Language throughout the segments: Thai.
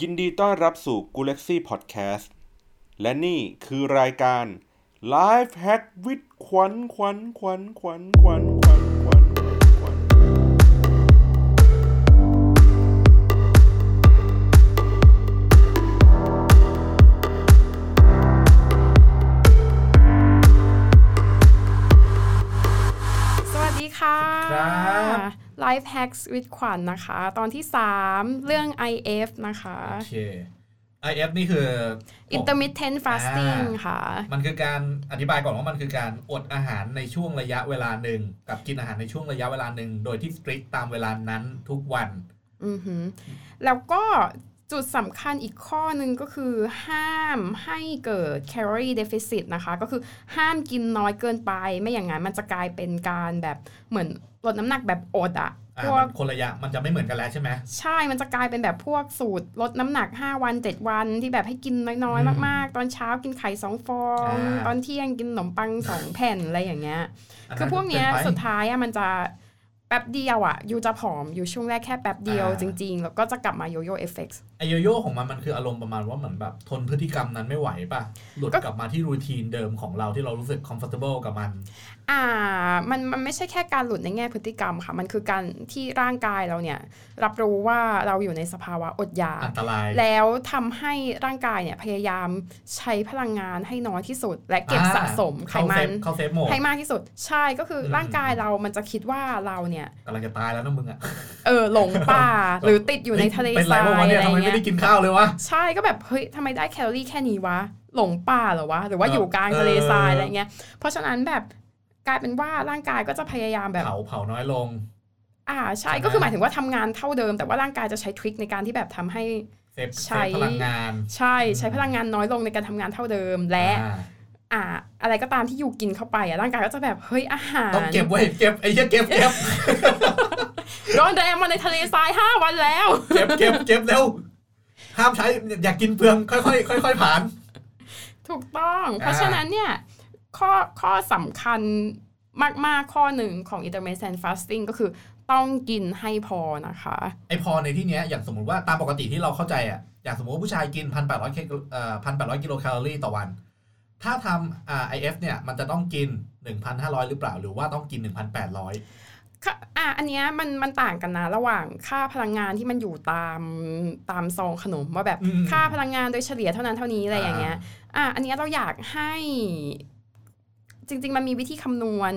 ยินดีต้อนรับสู่ g u l a x y Podcast และนี่คือรายการ Life Hack with ขวัญขวัญขวัญขวัญขวัญขวัญขวัญขวัญ สวัสดีค่ะ ครับ Life Hacks with ขวัญนะคะ ตอนที่ 3 เรื่อง IF นะคะ โอเค IF นี่คือ Intermittent Fasting อ่า ค่ะ มันคือการอธิบายก่อนว่ามันคือการอดอาหารในช่วงระยะเวลาหนึ่ง กับกินอาหารในช่วงระยะเวลาหนึ่ง โดยที่สตริกตามเวลานั้นทุกวัน อือหือแล้วก็จุดสำคัญอีกข้อหนึ่งก็คือห้ามให้เกิด calorie deficit นะคะ ก็คือห้ามกินน้อยเกินไป ไม่อย่างนั้นมันจะกลายเป็นการแบบเหมือนลดน้ำหนักแบบอดอะ อ่า พว มั ก นคนระยะมันจะไม่เหมือนกันแล้วใช่ไหม ใช่ มันจะกลายเป็นแบบพวกสูตรลดน้ำหนัก 5 วัน 7 วันที่แบบให้กินน้อย อืม ๆ มากๆ ตอนเช้ากินไข่สองฟอง อ่า ตอนเที่ยงกินขนมปังสองแผ่นอะไรอย่างเงี้ย น คือพวกเนี้ย กิไป สุดท้ายอะมันจะแป๊บเดียวอะยูจะผอมอยู่ช่วงแรกแค่แป๊บเดียว อ่า จริง ๆ แล้วก็จะกลับมาโยโย่เอฟเฟกต์ ไอโยโย่ของมันมันคืออารมณ์ประมาณว่าเหมือนแบบทนพฤติกรรมนั้นไม่ไหวป่ะ หลุดกลับมาที่รูทีนเดิมของเราที่เรารู้สึก comfortable กับมัน อ่ามันมันไม่ใช่แค่การหลุดในแง่พฤติกรรมค่ะ มันคือการที่ร่างกายเราเนี่ยรับรู้ว่าเราอยู่ในสภาวะอดอยาก อันตราย แล้วทำให้ร่างกายเนี่ยพยายามใช้พลังงานให้น้อยที่สุด และเก็บ อ่า สะสมไข เข้า มั เซ น ฟเข้าเซฟโหมด ให้มากที่สุด ใช่ก็คืออ ม ร่างกายเรามันจะคิดว่าเราเนี่ย กำลังจะตายแล้วนะมึงอะ เออหลง ป่า หรือติดอยู่ในทะเล เป็น ท ไร รายว ะ อะ วะ ไร เนี่ยทำไมไม่ เงี้ย ได้กินข้าวเลยวะ ใช่ก็แบบเฮ้ยทำไมได้แคลอรี่แค่นี้วะ หลงป่าเหรอวะ หรือว่า เออ อ อ ยู่กลางทะเลทรายอะไรเงี้ยเพราะฉะนั้นแบบกลายเป็นว่าร่างกายก็จะพยายามแบบ เผาเผาน้อยลง อ่าใช่ ใช่ไหม ก็คือหมายถึงว่าทำงานเท่าเดิม แต่ว่าร่างกายจะใช้ทริคในการที่แบบทำให้ เซฟ ใช้ เซฟพลังงาน ใช่ใช้พลังงานน้อยลงในการทำงานเท่าเดิมและ อ่า อ่าอะไรก็ตามที่อยู่กินเข้าไปอ่ะร่างกายก็จะแบบเฮ้ยอาหาร ต้องเก็บไว้เก็บไอ้เหี้ยเก็บเก็บ ร้อนแรงมาในทะเลทรายห้าวันแล้ว เก็บเก็บเก็บเร็วห้ามใช้อย่ากินเปลืองค่อยๆค่อยๆผ่าน ถูกต้อง อ่า เพราะฉะนั้นเนี่ยข้อข้อสำคัญมาก ๆ ข้อหนึ่งของ intermittent fasting ก็คือต้องกินให้พอนะคะ ไอพอในที่เนี้ยอย่างสมมติว่าตามปกติที่เราเข้าใจอ่ะอย่างสมมติว่าผู้ชายกินพันแปดร้อยเอ่อพันแปดร้อยกิโลแคลอรี่ต่อวัน ถ้าทำอ่าไอเอฟเนี่ยมันจะต้องกิน 1,500 หรือเปล่า หรือว่าต้องกิน 1,800 ค่ะอ่ะอันเนี้ยมันมันต่างกันนะ ระหว่างค่าพลังงานที่มันอยู่ตามตามซองขนมว่าแบบ อืม ค่าพลังงานโดยเฉลี่ยเท่านั้นเท่านี้อะไรอย่างเงี้ย อ่ะอันเนี้ยเราอยากให้จริง ๆ มันมีวิธีคำนวณ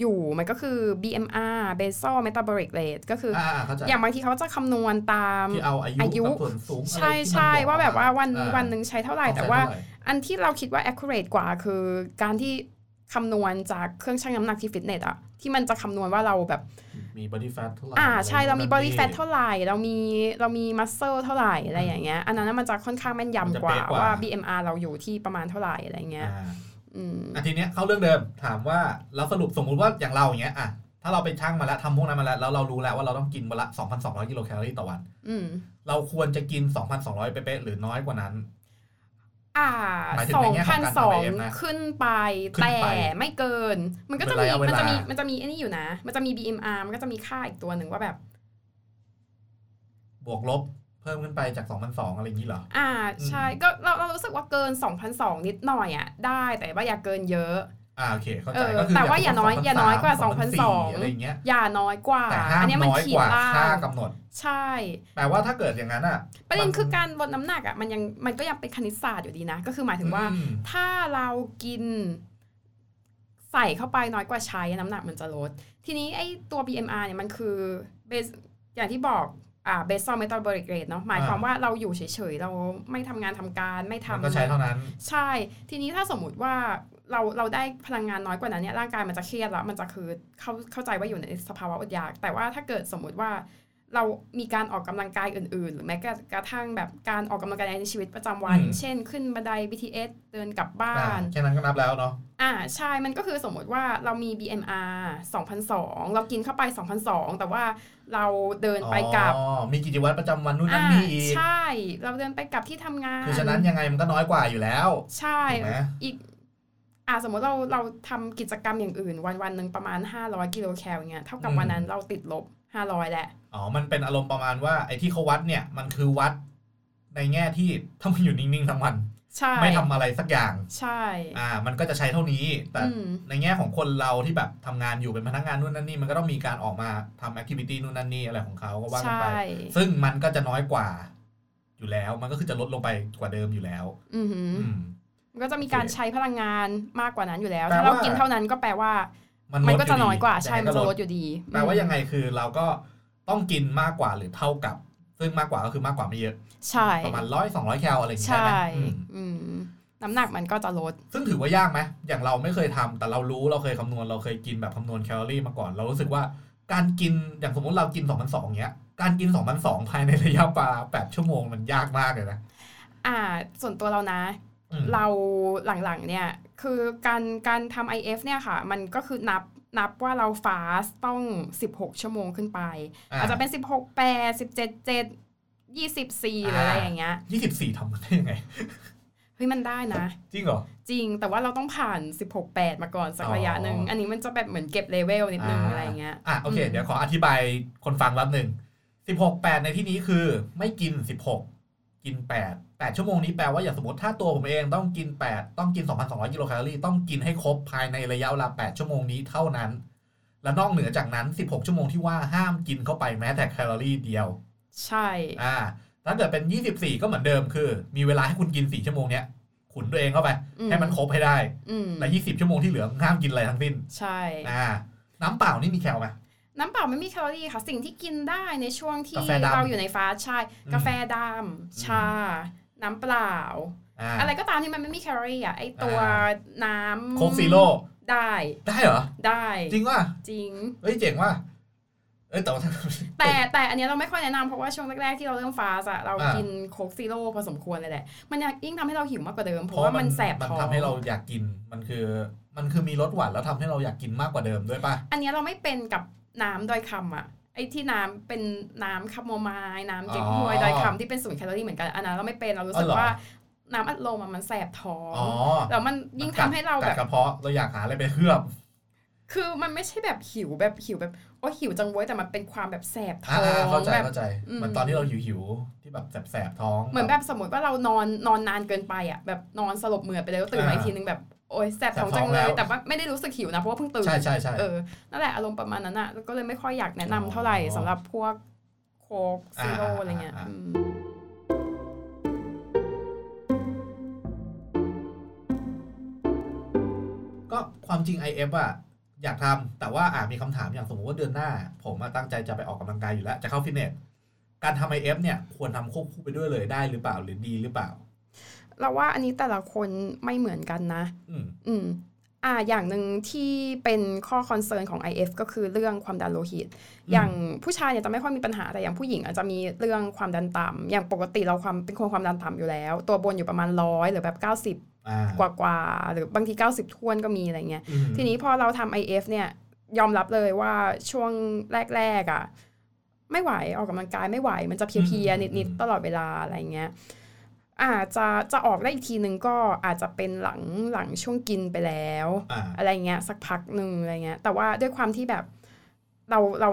อยู่มันก็คือ BMR basal metabolic rate ก็คืออ อ่าอ่าเข้าใจ อย่างบางทีเขาจะคำนวณตาม ที่เอาอายุ อายุ กับส่วนสูงอะไร ใช่ ที่มัน ใช่ บอก ว่าแบบว่าวัน อ่า วันหนึ่งใช้เท่าไหร่ ต้อง แต่ ใช้ ว่า เท่ไหร่ อันที่เราคิดว่า accurate กว่าคือการที่คำนวณจากเครื่องชั่งน้ำหนักที่ฟิตเนสอะที่มันจะคำนวณว่าเราแบบ มี body fat เท่าไหร่ อ่าใช่เรามี body นั่น fat นี่ เท่าไหร่ เรามีเรามี muscle เท่าไหร่อะไรอย่างเงี้ยอันนั้นนะมันจะค่อนข้างแม่น มัน ยำ จะ กว่า เป๊ะกว่า ว่า BMR เราอยู่ที่ประมาณเท่าไหร่อะไรเงี้ย อ่า อืม อ่ะทีเนี้ยเข้าเรื่องเดิมถามว่าแล้วสรุปสมมุติว่าอย่างเราอย่างเงี้ยอ่ะถ้าเราเป็นช่างมาแล้วทำพวกนั้นมาแล้วแล้วเรารู้แล้วว่าเราต้องกินวันละ 2,200 กิโลแคลอรี่ต่อวัน อืม เราควรจะกิน 2,200 เป๊ะๆหรือน้อยกว่านั้น อ่า หมายถึง สอ ใน ง แง่ข พั อน งการ สอ ทำ ง IF นะ ขึ้นไป ขึ้น แต่ ไป ไม่เกิน มันก็จะมีเป็นระยะเว มัน ลา จะ มั มีมันจะมีไอ้นี่อยู่นะ มันจะมี BMR มันก็จะมีค่าอีกตัวหนึ่งว่าแบบ บวกลบเพิ่มขึ้นไปจาก 2,200 อะไรอย่างนี้เหรอ อ่าใช่ อืม ก็เราเรารู้สึกว่าเกิน 2,002นิดหน่อยอ่ะได้แต่ว่าอย่าเกินเยอะ อ่าโอเคเข้าใจ เออ ก็คื แต่ว่าอย่าน้อย 2,300 อย่าน้อยกว่า2,200 อะไรอย่างเงี้ย อย่าน้อยกว่า แต่ห้าม เนี้ยมัน น้อย ขี ก ด ว่า ล่า ค่าง กำหนด ใช่ แต่ว่าถ้าเกิดอย่างนั้นอ่ะ ประเด็น มั คือการลดน้ำหนักอ่ะมันยังมันก็ยังเป็นคณิตศาสตร์อยู่ดีนะ ก็คือหมายถึงว่า อืม ถ้าเรากินใส่เข้าไปน้อยกว่าใช้น้ำหนักมันจะลด ทีนี้ไอ้ตัว BMR เนี่ยมันคือ base อย่างที่บอกอ่า basal metabolic rate เนาะหมายความว่าเราอยู่เฉยๆ เราไม่ทำงานทำการไม่ มัน ทำ ก็ใช้เท่านั้น ใช่ทีนี้ถ้าสมมุติว่าเราเราได้พลังงานน้อยกว่านั้นเนี่ยร่างกายมันจะเครียดแล้ว มันจะคือเข้าเข้าใจว่าอยู่ในสภาวะอดอยาก แต่ว่าถ้าเกิดสมมุติว่าเรามีการออกกำลังกายอื่น ๆ หรือแม้กระทั่งแบบการออกกำลังกายในชีวิตประจำวัน อืม อย่างเช่น ขึ้นบันได BTS เดินกลับบ้า อ่าน แค่นั้นก็นับแล้วเนาะ อ่าใช่ มันก็คือสมมติว่าเรามี BMR 2002 เรากินเข้าไป 2002 แต่ว่าเราเดินไปกลับ อ๋อ มีกิจวัตรประจำวันนู่นนั่น อ่า นี่อีก ใช่ เราเดินไปกลับที่ทำงาน คือฉะนั้นยังไงมันก็น้อยกว่าอยู่แล้ว ใช่ ถูกไหม อีกอ่าสมมติเราเราทำกิจกรรมอย่างอื่น วันวันหนึ่งประมาณ 500 กิโลแคลเงี้ยเท่ากับวันนั้นเราติดลบ 500แหละ อ๋อ มันเป็นอารมณ์ประมาณว่าไอ้ที่เขาวัดเนี่ย มันคือวัดใน ในแง่ที่ ถ้ามันอยู่นิ่งๆทั้งวัน ใช่ ไม่ทำอะไรสักอย่าง ใช่ อ่า มันก็จะใช้เท่านี้ แต่ อืม ในแง่ของคนเราที่แบบทำงานอยู่เป็นพนักงานนู่นนั่นนี่มันก็ต้องมีการออกมาทำแอคทิวิตี้นู่นนั่นนี่อะไรของเขาก็ว่ากัน ใช่ ไป ซึ่งมันก็จะน้อยกว่า อยู่แล้ว มันก็คือจะลดลงไปกว่าเดิมอยู่แล้ว อือหือ อืม มันก็จะมีการ โอเค ใช้พลังงานมากกว่านั้นอยู่แล้ว แปล ถ้าเรา ว่ากิ กินเท่านั้นก็แปลว่า มัน มัน ลด ก็จะ ดี น้อยกว่า งไง ใช่มันจะลดอยู่ดี แปลว่ายังไงคือเราก็ต้องกินมากกว่าหรือเท่ากับ ซึ่งมากกว่าก็คือมากกว่าไม่เยอะ ใช่ ประมาณร้อยสองร้อยแคลอะไรอย่างเงี้ย ใช่ ได้ไหมอืม อืมน้ำหนักมันก็จะลด ซึ่งถือว่ายากไหมอย่างเราไม่เคยทำแต่เรารู้เราเคยคำนวณเราเคยกินแบบคำนวณแคลอรี่มาก่อน เรารู้สึกว่าการกินอย่างสมมติเรากิน2 2 0 0เงี้ย การกิน2 2 0 0ภายในระยะเวลา8ชั่วโมงมันยากมากเลยนะ อ่า ส่วนตัวเรานะ อืม เราหลังๆเนี่ยคือการการทำ IF เนี่ยค่ะ มันก็คือนับนับว่าเราฟาสต้อง 16 ชั่วโมงขึ้นไป อาจจะเป็น 16 8 17 7 24หรืออะไรอย่างเงี้ย ยี่สิบสี่ทำมันได้ยังไง เฮ้ยมันได้นะ จริงเหรอ จริงแต่ว่าเราต้องผ่าน 16 8 มาก่อนสักระยะหนึ่ง อ๋ออั อันนี้มันจะแบบเหมือนเก็บเลเวลนิดนึงอะไรอย่างเงี้ย อ่ะโอเค อืม เดี๋ยวขออธิบายคนฟังรับหนึ่งสิบหกแปดในที่นี้คือไม่กินสิบหกกินแปดแปดชั่วโมงนี้แปลว่าอย่างสมมติถ้าตัวผมเองต้องกินแปดต้องกินสองพันสองร้อยกิโลแคลอรี่ต้องกินให้ครบภายในระยะเวลาแปดชั่วโมงนี้เท่านั้น และนอกเหนือจากนั้นสิบหกชั่วโมงที่ว่าห้ามกินเข้าไปแม้แต่แคลอรี่เดียว ใช่ อ่าถ้าเกิดเป็นยี่สิบสี่ก็เหมือนเดิมคือ มีเวลาให้คุณกินสี่ชั่วโมงเนี้ยขุนตัวเองเข้าไป อื ให้มันครบให้ได้ อืม และยี่สิบชั่วโมงที่เหลือห้ามกินอะไรทั้งสิ้น ใช่ อ่าน้ำเปล่านี่มีแคลไหม น้ำเปล่าไม่มีแคลอรี่ค่ะ สิ่งที่กินได้ในช่วงที่ กาแฟดำ เราอยู่ในฟาสต์ใช่ อืม กาแฟดำชา น้ำเปล่า อ่า อะไรก็ตามที่มันไม่มีแคลอรี่อ่ะไอตัว อ่า น้ำ โคกซีโร่ ได้ ได้เหรอ ได้ จริงว่ะ จริง เฮ้ยเจ๋งว่ะเอ้ยแต่ว่า แต่แต่อันเนี้ยเราไม่ค่อยแนะนำเพราะว่าช่วงแรกๆที่เราเริ่มฟาสต์อะเรา อ่ากิ กินโคกซีโร่พอสมควรเลยแหละ มันยิ่งทำให้เราหิวมากกว่าเดิม เพ เพ ราะว่ามันแสบ มัน ท้อง ทำให้เราอยากกินมันคือ มันคือมีรสหวานแล้วทำให้เราอยากกินมากกว่าเดิมด้วยป่ะ อันเนี้ยเราไม่เป็นกับน้ำดอยคำอะไอ้ที่น้ำเป็นน้ำคาโมไมล์น้ำเก๊กฮวย อ๋อ ดอยคำที่เป็นศูนย์แคลอรี่เหมือนกันอันนั้นเราไม่เป็นเรารู้สึ อ๋ ก อเหรอ ว่าน้ำอัดลมอะมันแสบท้อง อ๋อ แล้วมันยิ่งทำให้เรา กั แบ ด บ กระเพาะเราอยากหาอะไรไปเคลือบ คือมันไม่ใช่แบบหิวแบบหิวแบบโอ้หิวจังเว้ยแต่มันเป็นความแบบแสบท้ อ่า อง ๆเข้าใจ แบบ เข้าใจ อืม มันตอนที่เราหิวหิวๆที่แบบแสบๆท้อง เหมือนแบบสมมติว่าเรานอนนอนนานเกินไปอ่ะแบบนอนสลบเหมือดไปเลยแล้วตื่นมาอีกทีนึงแบบโอ้ยแสบท้องจังเลย แต่ว่าไม่ได้รู้สึกหิวนะเพราะว่าเพิ่งตื่น ใช่ใช่ใช่ เออนั่นแหละอารมณ์ประมาณนั้นอ่ะแล้วก็เลยไม่ค่อยอยากแนะนำเท่าไหร่ อ๋อ สำหรับพวกโคกซีโร่ อ่า อะไรเงี้ย อ่า อืม ก็ความจริง IF อ่ะอยากทำแต่ว่าอ่ามีคำถามอย่างสมมติว่าเดือนหน้า ผมอะตั้งใจจะไปออกกำลังกายอยู่แล้ว จะเข้าฟิตเนสการทำ IF เนี่ยควรทำควบคู่ไปด้วยเลยได้หรือเปล่าหรือดีหรือเปล่า เราว่าอันนี้แต่ละคนไม่เหมือนกันนะ อืม อืมอ่าอย่างหนึ่งที่เป็นข้อคอนเซิร์นของ IF ก็คือเรื่องความดันโลหิต ม อย่างผู้ชายเนี่ยจะไม่ค่อยมีปัญหาแต่อย่างผู้หญิงอาจจะมีเรื่องความดันต่ำอย่างปกติเราความเป็นคนความดันต่ำอยู่แล้ว ตัวบนอยู่ประมาณร้อยหรือแบบ อ่า 90 กว่ากว่าๆหรือบางที 90ท้วนก็มีอะไรเงี้ย อืม ทีนี้พอเราทำ IF เนี่ยยอมรับเลยว่าช่วงแรกๆอะ่ะไม่ไหวออกกำลังกายไม่ไหวมันจะเพลียๆนิดๆตลอดเวลาอะไรเงี้ยอาจจะจะออกได้อีกทีนึงก็อาจจะเป็นหลังหลังช่วงกินไปแล้ว อ่า อะไรเงี้ยสักพักหนึ่งอะไรเงี้ยแต่ว่าด้วยความที่แบบเราเรา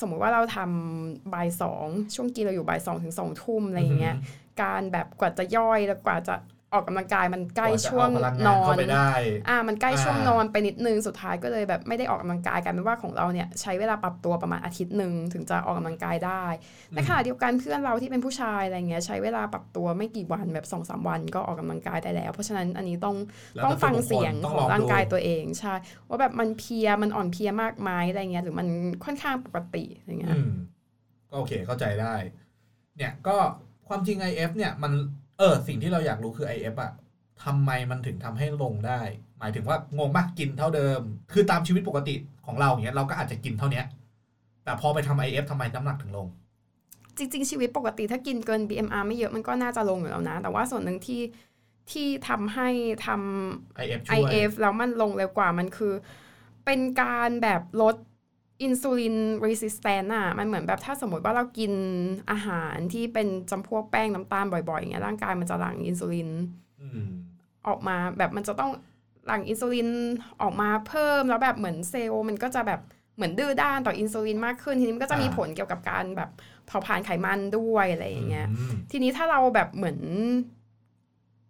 สมมุติว่าเราทำบ่ายสองช่วงกินเราอยู่บ่ายสองถึงสองทุ่มอะไรอย่างเงี้ยการแบบกว่าจะย่อยแล้วกว่าจะออกกำลังกายมันใกล้ช่วง กาจะเอาพลัง น งาน อ เข้าน ไปได้ อ่ามันใกล้ช่วง อ่าน น อนไปนิดนึงสุดท้ายก็เลยแบบไม่ได้ออกกำลังกายกลายเป็นว่าของเราเนี่ยใช้เวลาปรับตัวประมาณอาทิตย์หนึ่งถึงจะออกกำลังกายได้ในขณะเดียวกันเพื่อนเราที่เป็นผู้ชายอะไรเงี้ยใช้เวลาปรับตัวไม่กี่วันแบบสองสามวันก็ออกกำลังกายได้แล้ว เพราะฉะนั้นอันนี้ต้อง แล้ว ต้องฟังเสียง ต้ ของ ล ร่างกาย ดู ตัวเองใช่ว่าแบบมันเพลียมันอ่อนเพลียมากไหมอะไรเงี้ยหรือมันค่อนข้างปกติอะไรเงี้ย อืมก็โอเคเข้าใจได้ เนี่ยก็ความจริง IF เนี่ยมันเออสิ่งที่เราอยากรู้คือ IF อะทำไมมันถึงทำให้ลงได้ หมายถึงว่างงปะกินเท่าเดิม คือตามชีวิตปกติของเราอย่างเงี้ยเราก็อาจจะกินเท่าเนี้ย แต่พอไปทำ IF ทำไมน้ำหนักถึงลง จริง ๆ ชีวิตปกติถ้ากินเกิน BMR ไม่เยอะมันก็น่าจะลงอยู่แล้วนะ แต่ว่าส่วนหนึ่งที่ที่ทำให้ทำ IF ช่วย IF แล้วมันลงเร็วกว่ามันคือ เป็นการแบบลดอินซูลินรีสิสแตนอ่ะมันเหมือนแบบถ้าสมมติว่าเรากินอาหารที่เป็นจำพวกแป้งน้ำตาลบ่อยๆอย่างเงี้ยร่างกายมันจะหลั่งอินซูลิน อืม ออกมาแบบมันจะต้องหลั่งอินซูลินออกมาเพิ่มแล้วแบบเหมือนเซลล์มันก็จะแบบ เหมือนดื้อด้านต่ออินซูลินมากขึ้น ทีนี้มันก็จะมี อ่า ผลเกี่ยวกับการแบบเผาผลาญไขมันด้วยอะไรอย่างเงี้ย อืม ทีนี้ถ้าเราแบบเหมือน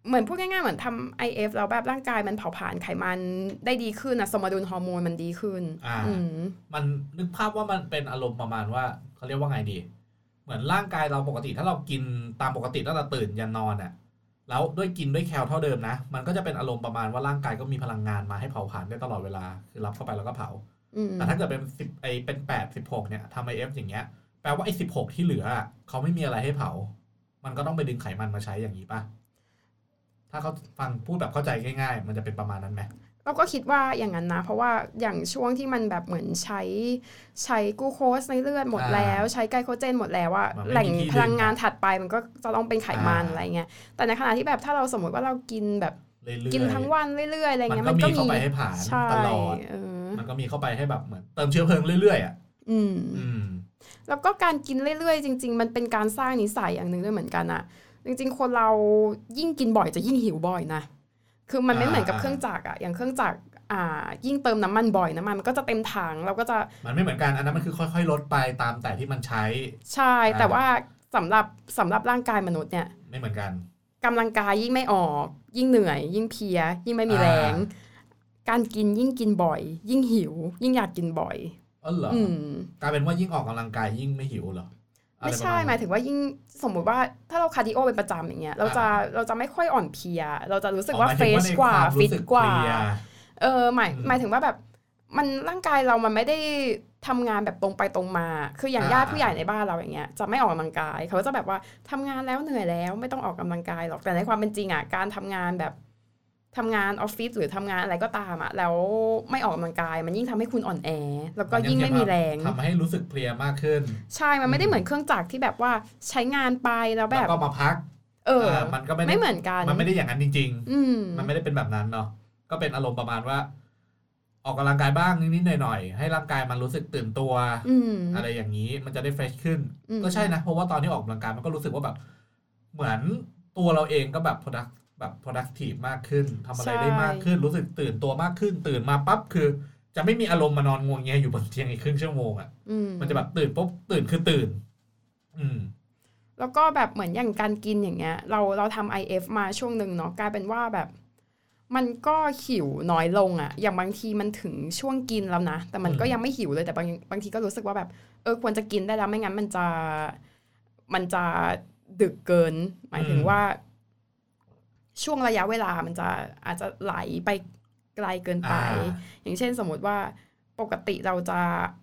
เหมือนพูดง่ายๆเหมือนทำ IF แล้วแบบร่างกายมันเผาผลาญไขมันได้ดีขึ้นนะสมดุลฮอร์โมนมันดีขึ้น อ่า อืม มันนึกภาพว่ามันเป็นอารมณ์ประมาณว่าเขาเรียกว่าไงดี เหมือนร่างกายเราปกติถ้าเรากินตามปกติตั้งแต่ตื่นยันนอนอะ่ะแล้วด้วยกินด้วยแคลเท่าเดิมนะ มันก็จะเป็นอารมณ์ประมาณว่าร่างกายก็มีพลังงานมาให้เผาผลาญได้ตลอดเวลาคือรับเข้าไปแล้วก็เผา อืม แต่ถ้าเกิดเป็นสิบไอเป็นแปดสิบหกเนี่ยทำไอเอฟอย่างเงี้ยแปลว่าไอสิบหกที่เหลืออะเขาไม่มีอะไรให้เผา มันก็ต้องไปดึงไขมันมาใช้อย่างนี้ป่ะถ้าเขาฟังพูดแบบเข้าใจง่าย ๆ มันจะเป็นประมาณนั้นไหม เราก็คิดว่าอย่างนั้นนะ เพราะว่าอย่างช่วงที่มันแบบเหมือนใช้ ใช้กลูโคสในเลือดหมดแล้ว ใช้ไกลโคเจนหมดแล้วว่าแหล่งพลังงานถัดไปมันก็จะต้องเป็นไขมันอะไรเงี้ยแต่ในขณะที่แบบถ้าเราสมมติว่าเรากินแบบ เรื่อยๆ กินทั้งวันเรื่อยๆอะไรเงี้ย มั มัน น ก็ ก็ มีเข้า มี ไปให้ผ่าน ใช่ ตลอด เออ มันก็มีเข้าไปให้แบบเหมือนเติมเชื้อเพลิงเรื่อยๆอ่ะ อืม อืม แล้วก็การกินเรื่อยๆ จริง ๆ มันเป็นการสร้างนิสัยอย่างหนึ่งด้วยเหมือนกันอะจริง ๆ คนเรายิ่งกินบ่อยจะยิ่งหิวบ่อยนะ คือมันไม่ อ่า เหมือนกับเครื่องจักรอะอย่างเครื่องจักรอ่า ยิ่งเติมน้ำมันบ่อยน้ำมันมันก็จะเต็มถังเราก็จะ มันไม่เหมือนกัน อันนั้นมันคือค่อยๆ ลดไปตามแต่ที่มันใช้ ใช่ อ่า แต่ว่าสำหรับสำหรับร่างกายมนุษย์เนี่ย ไม่เหมือนกัน กำลังกายยิ่งไม่ออก ยิ่งเหนื่อย ยิ่งเพลีย ยิ่งไม่มีแรง อ่ การกินยิ่งกินบ่อย ยิ่งหิว ยิ่งอยากกินบ่อย เออเหรอ อืม กลายเป็นว่ายิ่งออกกำลังกายยิ่งไม่หิวเหรออะร ไม่ ประาณ ใช่หมายถึงว่ายิ่งสมมุติว่าถ้าเราคาร์ดิโอเป็นประจำอย่างเงี้ยเราจะเราจะไม่ค่อยอ่อนเพลีย เราจะรู้สึกว่า อ๋อหมย เฟ ถึชงใน กว่า คม ฟิ รู้ ต สึ กว่า เพลีย เออหมาย อืม หมายถึงว่าแบบมันร่างกายเรามันไม่ได้ทำงานแบบตรงไปตรงมา คืออย่าง อ่า ญาติผู้ใหญ่ในบ้านเราอย่างเงี้ยจะไม่ออกกำลังกาย เขาจะแบบว่าทำงานแล้วเหนื่อยแล้วไม่ต้องออกกำลังกายหรอกแต่ในความเป็นจริงอ่ะการทำงานแบบทำงานออฟฟิศหรือทำงานอะไรก็ตามอ่ะแล้วไม่ออกกำลังกาย มันยิ่งทำให้คุณอ่อนแอ แล้วก็ยิ่งไม่มีแรง ทำให้รู้สึกเพลียมากขึ้น ใช่ มันไม่ได้เหมือนเครื่องจักรที่แบบว่าใช้งานไปแล้วแบ แล้ บ วก็มาพัก เออ ามันก็ไม่ได้ ไม่เหมือนกัน มันไม่ได้อย่างนั้นจริง อืม ๆ มันไม่ได้เป็นแบบนั้นเนาะ ก็เป็นอารมณ์ประมาณว่า ออกกำลังกายบ้างนิดๆหน่อยๆ ให้ร่างกายมันรู้สึกตื่นตัว อืม อะไรอย่างนี้มันจะได้เฟรชขึ้น อืม ก็ใช่นะ เพราะว่าตอนที่ออกกำลังกายมันก็รู้สึกว่าแบบ เหมือนตัวเราเองก็แบบ product แบบ productive มากขึ้นทำอะไรได้มากขึ้น รู้สึกตื่นตัวมากขึ้น ตื่นมาปั๊บคือ จะไม่มีอารมณ์มานอนงวงเงียอยู่บนเตียงอีกครึ่งชั่วโมงอะ่ะ อื มันจะแบบตื่นปุ๊บตื่นคือตื่น อืม แล้วก็แบบเหมือนอย่างการกินอย่างเงี้ย เราเราทำ IF มาช่วงหนึ่งเนาะกลายเป็นว่าแบบ มันก็หิวน้อยลงอะอย่างบางทีมันถึงช่วงกินแล้วนะ แต่มันก็ อืม ยังไม่หิวเลยแต่บางบางทีก็รู้สึกว่าแบบ เออควรจะกินได้แล้วไม่งั้นมันจะมันจะดึกเกิน หมายถึงว่า ช่วงระยะเวลามันจะอาจจะไหลไปไกลเกินไป อ่า อย่างเช่นสมมติว่าปกติเราจะ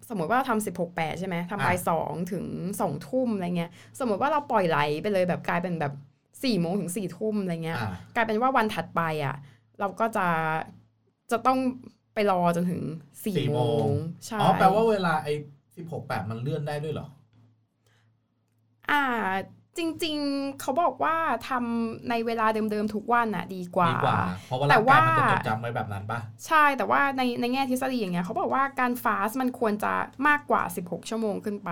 สมมติว่าเราทำสิบหกแปดใช่ไหมทำบ่ายสองถึงสองทุ่มอะไรเงี้ย สมมติว่าเราปล่อยไหลไปเลยแบบกลายเป็นแบบสี่โมงถึงสี่ทุ่มอะไรเงี้ย อ่าก ลายเป็นว่าวันถัดไปอ่ะ เราก็จะจะต้องไปรอจนถึงสี่ สี่ โม โมง งใช่ อ๋อแปลว่าเวลาไอ้สิบหกแปดมันเลื่อนได้ด้วยเหรอ อ่า จริง ๆ เขาบอกว่าทำในเวลาเดิม ๆ ทุกวันน่ะดีกว่า ดีกว่า เพราะว่า แต่ ร่างกาว่ายมั มันจะจดจำไว้แบบนั้นปะ ใช่แต่ว่าในในแง่ทฤษฎีอย่างเงี้ยเขาบอกว่าการฟาสต์มันควรจะมากกว่า 16 ชั่วโมงขึ้นไป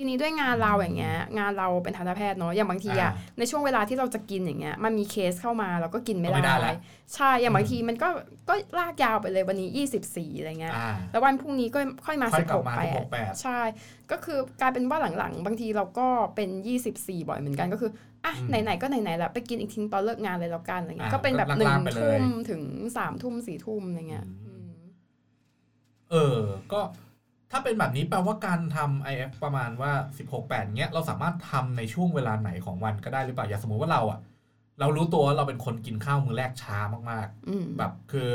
ทีนี้ด้วยงานเราอย่างเงี้ยงานเราเป็นทันตแพทย์เนาะอย่างบางที อ่า อะในช่วงเวลาที่เราจะกินอย่างเงี้ยมันมีเคสเข้ามาเราก็กินไม่ ก็ไม่ได้ ได้ ละ ใช่อย่างบางทีมันก็ก็ลากยาวไปเลยวันนี้ 24อะไรเงี้ย อ่า แล้ววันพรุ่งนี้ก็ค่อยมา ค่อยกลับ 16 มา ไป 16แปด ใช่ ก็คือกลายเป็นว่าหลังๆ บางทีเราก็เป็น 24 บ่อยเหมือนกันก็คืออ่ะ อืม ไหนๆก็ไหนๆละไปกินอีกทีตอนเลิกงานเลยแล้วกันอะไรเงี้ย อ่า ก็เป็นแบบ ก็ หนึ่ ลาง กๆไปเลย ทุ่มถึงสามทุ่มสี่ทุ่มอะไรเงี้ย อือืมม เออ ก็ถ้าเป็นแบบนี้แปลว่าการทำ IF ประมาณว่า 16 8เงี้ย เราสามารถทำในช่วงเวลาไหนของวันก็ได้หรือเปล่า อย่างสมมุติว่าเราอะเรารู้ตัวว่าเราเป็นคนกินข้าวมื้อแรกช้ามาก อืม ๆ แบบคือ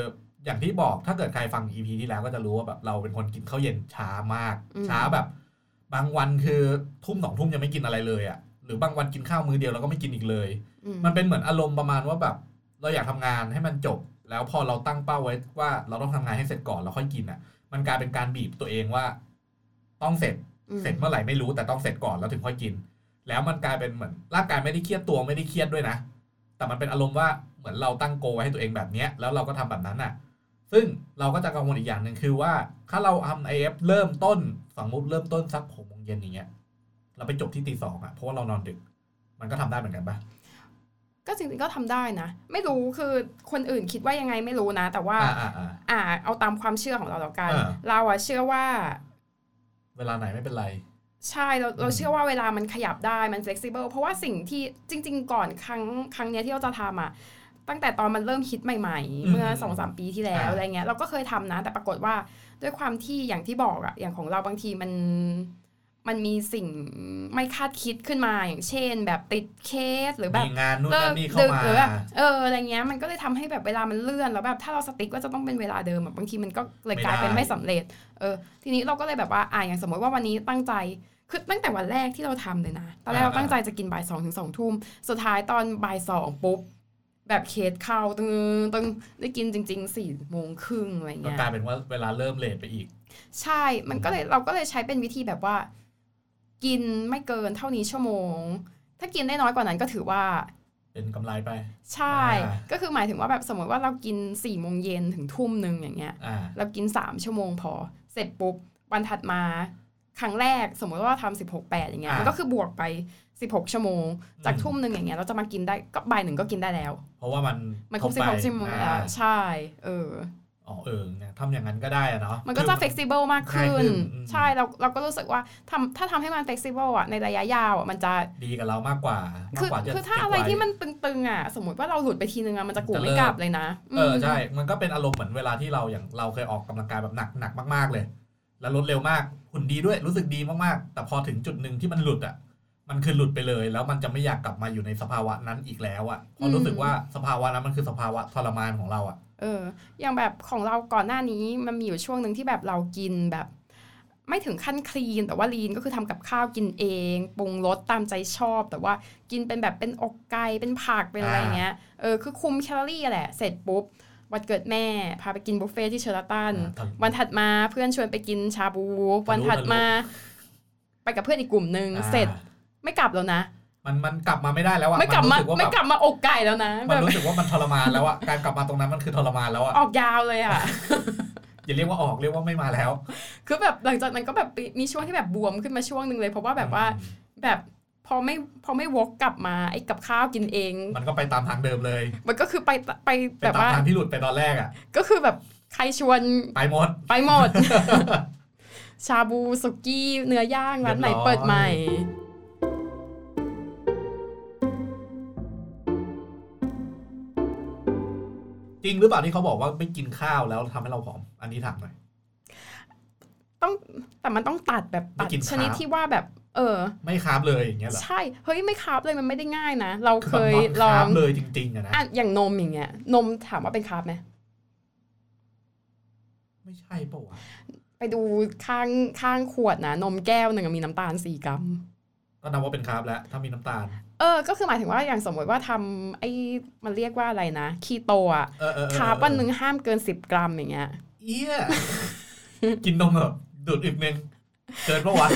อย่างที่บอกถ้าเกิดใครฟัง EP ที่แล้วก็จะรู้ว่าแบบเราเป็นคนกินข้าวเย็นช้ามาก อืม ช้าแบบ บางวันคือทุ่มสองทุ่มยังไม่กินอะไรเลยอะหรือบางวันกินข้าวมื้อเดียวแล้วก็ไม่กินอีกเลย อืม มันเป็นเหมือนอารมณ์ประมาณว่าแบบ เราอยากทำงานให้มันจบ แล้วพอเราตั้งเป้าไว้ว่าเราต้องทำงานให้เสร็จก่อนแล้วค่อยกินอ่ะ มันกลายเป็นการบีบตัวเองว่า ต้องเสร็จ อืม เสร็จเมื่อไหร่ไม่รู้แต่ต้องเสร็จก่อนแล้วถึงค่อยกิน แล้วมันกลายเป็นเหมือนร่างกายไม่ได้เครียดตัวไม่ได้เครียดด้วยนะ แต่มันเป็นอารมณ์ว่าเหมือนเราตั้งโกไว้ให้ตัวเองแบบเนี้ยแล้วเราก็ทำแบบนั้นอ่ะ ซึ่งเราก็จะกังวลอีกอย่างหนึ่งคือว่า ถ้าเราทำไอเอฟเริ่มต้นสมมติเริ่มต้นสักหกโมงเย็นอย่างเงี้ยเราไปจบที่ตีสองอ่ะเพราะว่าเรานอนดึก มันก็ทำได้เหมือนกันปะ ก็ ก็จริงๆก็ทำได้นะ ไม่รู้คือคนอื่นคิดว่ายังไงไม่รู้นะ แต่ว่า อ่าอ่าอ่า อ่า เอาตามความเชื่อของเราแล้วกัน อ่า เราอะเชื่อว่า เวลาไหนไม่เป็นไร ใช่เราเราเชื่อว่าเวลามันขยับได้มัน flexible เพราะว่าสิ่งที่จริง ๆ ก่อนครั้งครั้งเนี้ยที่เราจะทำอะตั้งแต่ตอนมันเริ่มฮิตใหม่ อื ๆ ม เมื่อสองสามปีที่แล้ว อ่า อะไรเงี้ยเราก็เคยทำนะ แต่ปรากฏว่าด้วยความที่อย่างที่บอกอะอย่างของเราบางทีมันมันมีสิ่งไม่คาดคิดขึ้นมาอย่างเช่น แบบติดเคสหรือแบบ มีงานนู่น เลิ นั่ ก นนี่เข้า ดึก มา หรือแบบเอออะไรเงี้ยมันก็เลยทำให้แบบเวลามันเลื่อนแล้วแบบถ้าเราสติ๊กว่าจะต้องเป็นเวลาเดิมอะบางทีมันก็เลยกลายเป็น ไม่ได้ ไม่สำเร็จเออทีนี้เราก็เลยแบบว่าอ่าอย่างสมมติว่าวันนี้ตั้งใจคือตั้งแต่วันแรกที่เราทำเลยนะตอนแรกเราตั้งใจจะกินบ่ายสองถึงสองทุ่มสุดท้ายตอนบ่ายสองปุ๊บแบบเคสเข้าตึงตึงได้กินจริงๆสี่โมงครึ่งอะไร ก็ เงี้ย กลายเป็นว่าเวลาเริ่มเลทไปอีก ใช่ มันก็เลยเราก็เลยใช้เป็นวิธีแบบว่า กินไม่เกินเท่านี้ชั่วโมง ถ้ากินได้น้อยกว่านั้นก็ถือว่า เป็นกำไรไป ใช่ อ่า ก็คือหมายถึงว่าแบบสมมติว่าเรากิน4ี่โมงเย็นถึงทุ่มหนึ่งอย่างเงี้ย อ่า เรากิน 3 ชั่วโมงพอ เสร็จปุ๊บ วันถัดมา ครั้งแรกสมมติว่าเราทำสิบหกแปดอย่างเงี้ย อ่ามั มันก็คือบวกไป 16 ชั่วโมง จาก อืม ทุ่มหนึ่งอย่างเงี้ยเราจะมากินได้ก็บ่ายหนึ่งก็กินได้แล้ว เพราะว่ามัน มันครบ ท สิบหก ไป ชั่วโมงแล้ว อ่า ใช่ เออ อ๋อเออเนี่ยทำอย่างนั้นก็ได้อะเนาะ มันก็จะ คือ flexible มาก ง่าย ขึ้ ขึ้ น นอืม ใช่เราเราก็รู้สึกว่าทำถ้าทำให้มัน flexible อ่ะในระยะยาวอ่ะมันจะ ดีกับเรามากกว่า คื มาก อก ว่าจ คือถ้า เก็บ อะไร ว้ ที่มันตึงๆอ่ะสมมติว่าเราหลุดไปทีนึงอ่ะมันจะกู จะเลิ ไม่ ก กลับเลยนะ เออ ม ใช่ มันก็เป็นอารมณ์เหมือนเวลาที่เราอย่างเราเคยออกกำลังกายแบบหนักหนักมาก ๆ เลย แล้วลดเร็วมากหุ่นดีด้วยรู้สึกดีมากๆ แต่พอถึงจุดหนึ่งที่มันหลุดอ่ะ มันคือหลุดไปเลย แล้วมันจะไม่อยากกลับมาอยู่ในสภาวะนั้นอีกแล้วอ่ะเพราะรู้สึกว่าสภาวะนั้นมันคือสภาวะทรมานของเราอ่ะ เอออย่างแบบของเราก่อนหน้านี้มันมีอยู่ช่วงหนึ่งที่แบบเรากินแบบ ไม่ถึงขั้นคลีน แต่ว่าลีนก็คือทำกับข้าวกินเองปรุงรสตามใจชอบ แต่ว่ากินเป็นแบบเป็นอกไก่เป็นผักเป็นอะไร อ่า เงี้ยเออคือคุมแคลอรี่แหละ เสร็จปุ๊บวันเกิดแม่พาไปกินบุฟเฟ่ที่เชอร์ตัน อ่าทำ วันถัดมาเพื่อนชวนไปกินชาบู วันถัดมา ไปกับเพื่อนอีกกลุ่มหนึ่ง อ่า เสร็จไม่กลับแล้วนะ มันมันกลับมาไม่ได้แล้วอ่ะ ไม่กลับ น มา รู้สึกว่า ไม่ แบบ กลับมาอกไก่แล้วนะ มั แบบนรู้สึกว่ามันทรมานแล้วอ่ะการกลับมาตรงนั้นมันคือทรมานแล้วอ่ะ ออกยาวเลยอ่ะ อย่าเรียกว่าออกเรียกว่าไม่มาแล้ว คือแบบหลังจากนั้นก็แบบมีช่วงที่แบบบวมขึ้นมาช่วงหนึ่งเลย เพราะว่าแบบว่าแบบพอไม่พอไม่วกกลับมาไอ้กับข้าวกินเอง มันก็ไปตามทางเดิมเลย มันก็คือไปไป ไป แบบ ตาม ว่า ทางที่หลุดไปตอนแรกอ่ะ ก็คือแบบใครชวน ไปหมด ไปหมด ชาบูสุกี้เนื้อย่างร้านไหน เรียบร้อย เปิดใหม่ จริงหรือเปล่าที่เขาบอกว่าไม่กินข้าวแล้วทำให้เราผอม อันนี้ถามหน่อย แต่มันต้องตัดแบบตัด ไม่กิน ชนิด คาร์บ ที่ว่าแบบ เออ ไม่คาร์บเลยอย่างเงี้ยเหรอ ใช่ เฮ้ยไม่คาร์บเลยมันไม่ได้ง่ายนะ เรา คือ เคยแบบนอลอนคาร์ ง บเลยจริงๆอะนะ อ่ะอย่างนมอย่างเงี้ยนมถามว่าเป็นคาร์บไหม ไม่ใช่ปะวะ ไปดูข้างข้างขวดนะนมแก้วหนึ่งอะมีน้ำตาลสี่กรัม ก็นับว่าเป็นคาร์บแล้ว ถ้ามีน้ำตาล เออ ก็คือหมายถึงว่าอย่างสมมติว่าทำไอ้มันเรียกว่าอะไรนะ คีโตอ่ะ เออเออเออ คาร์บวันหนึ่งห้ามเกิน 10 กรัมอย่างเงี้ย เอี้ย กินนมเหอะดูดอึกเมงเกินปะวะ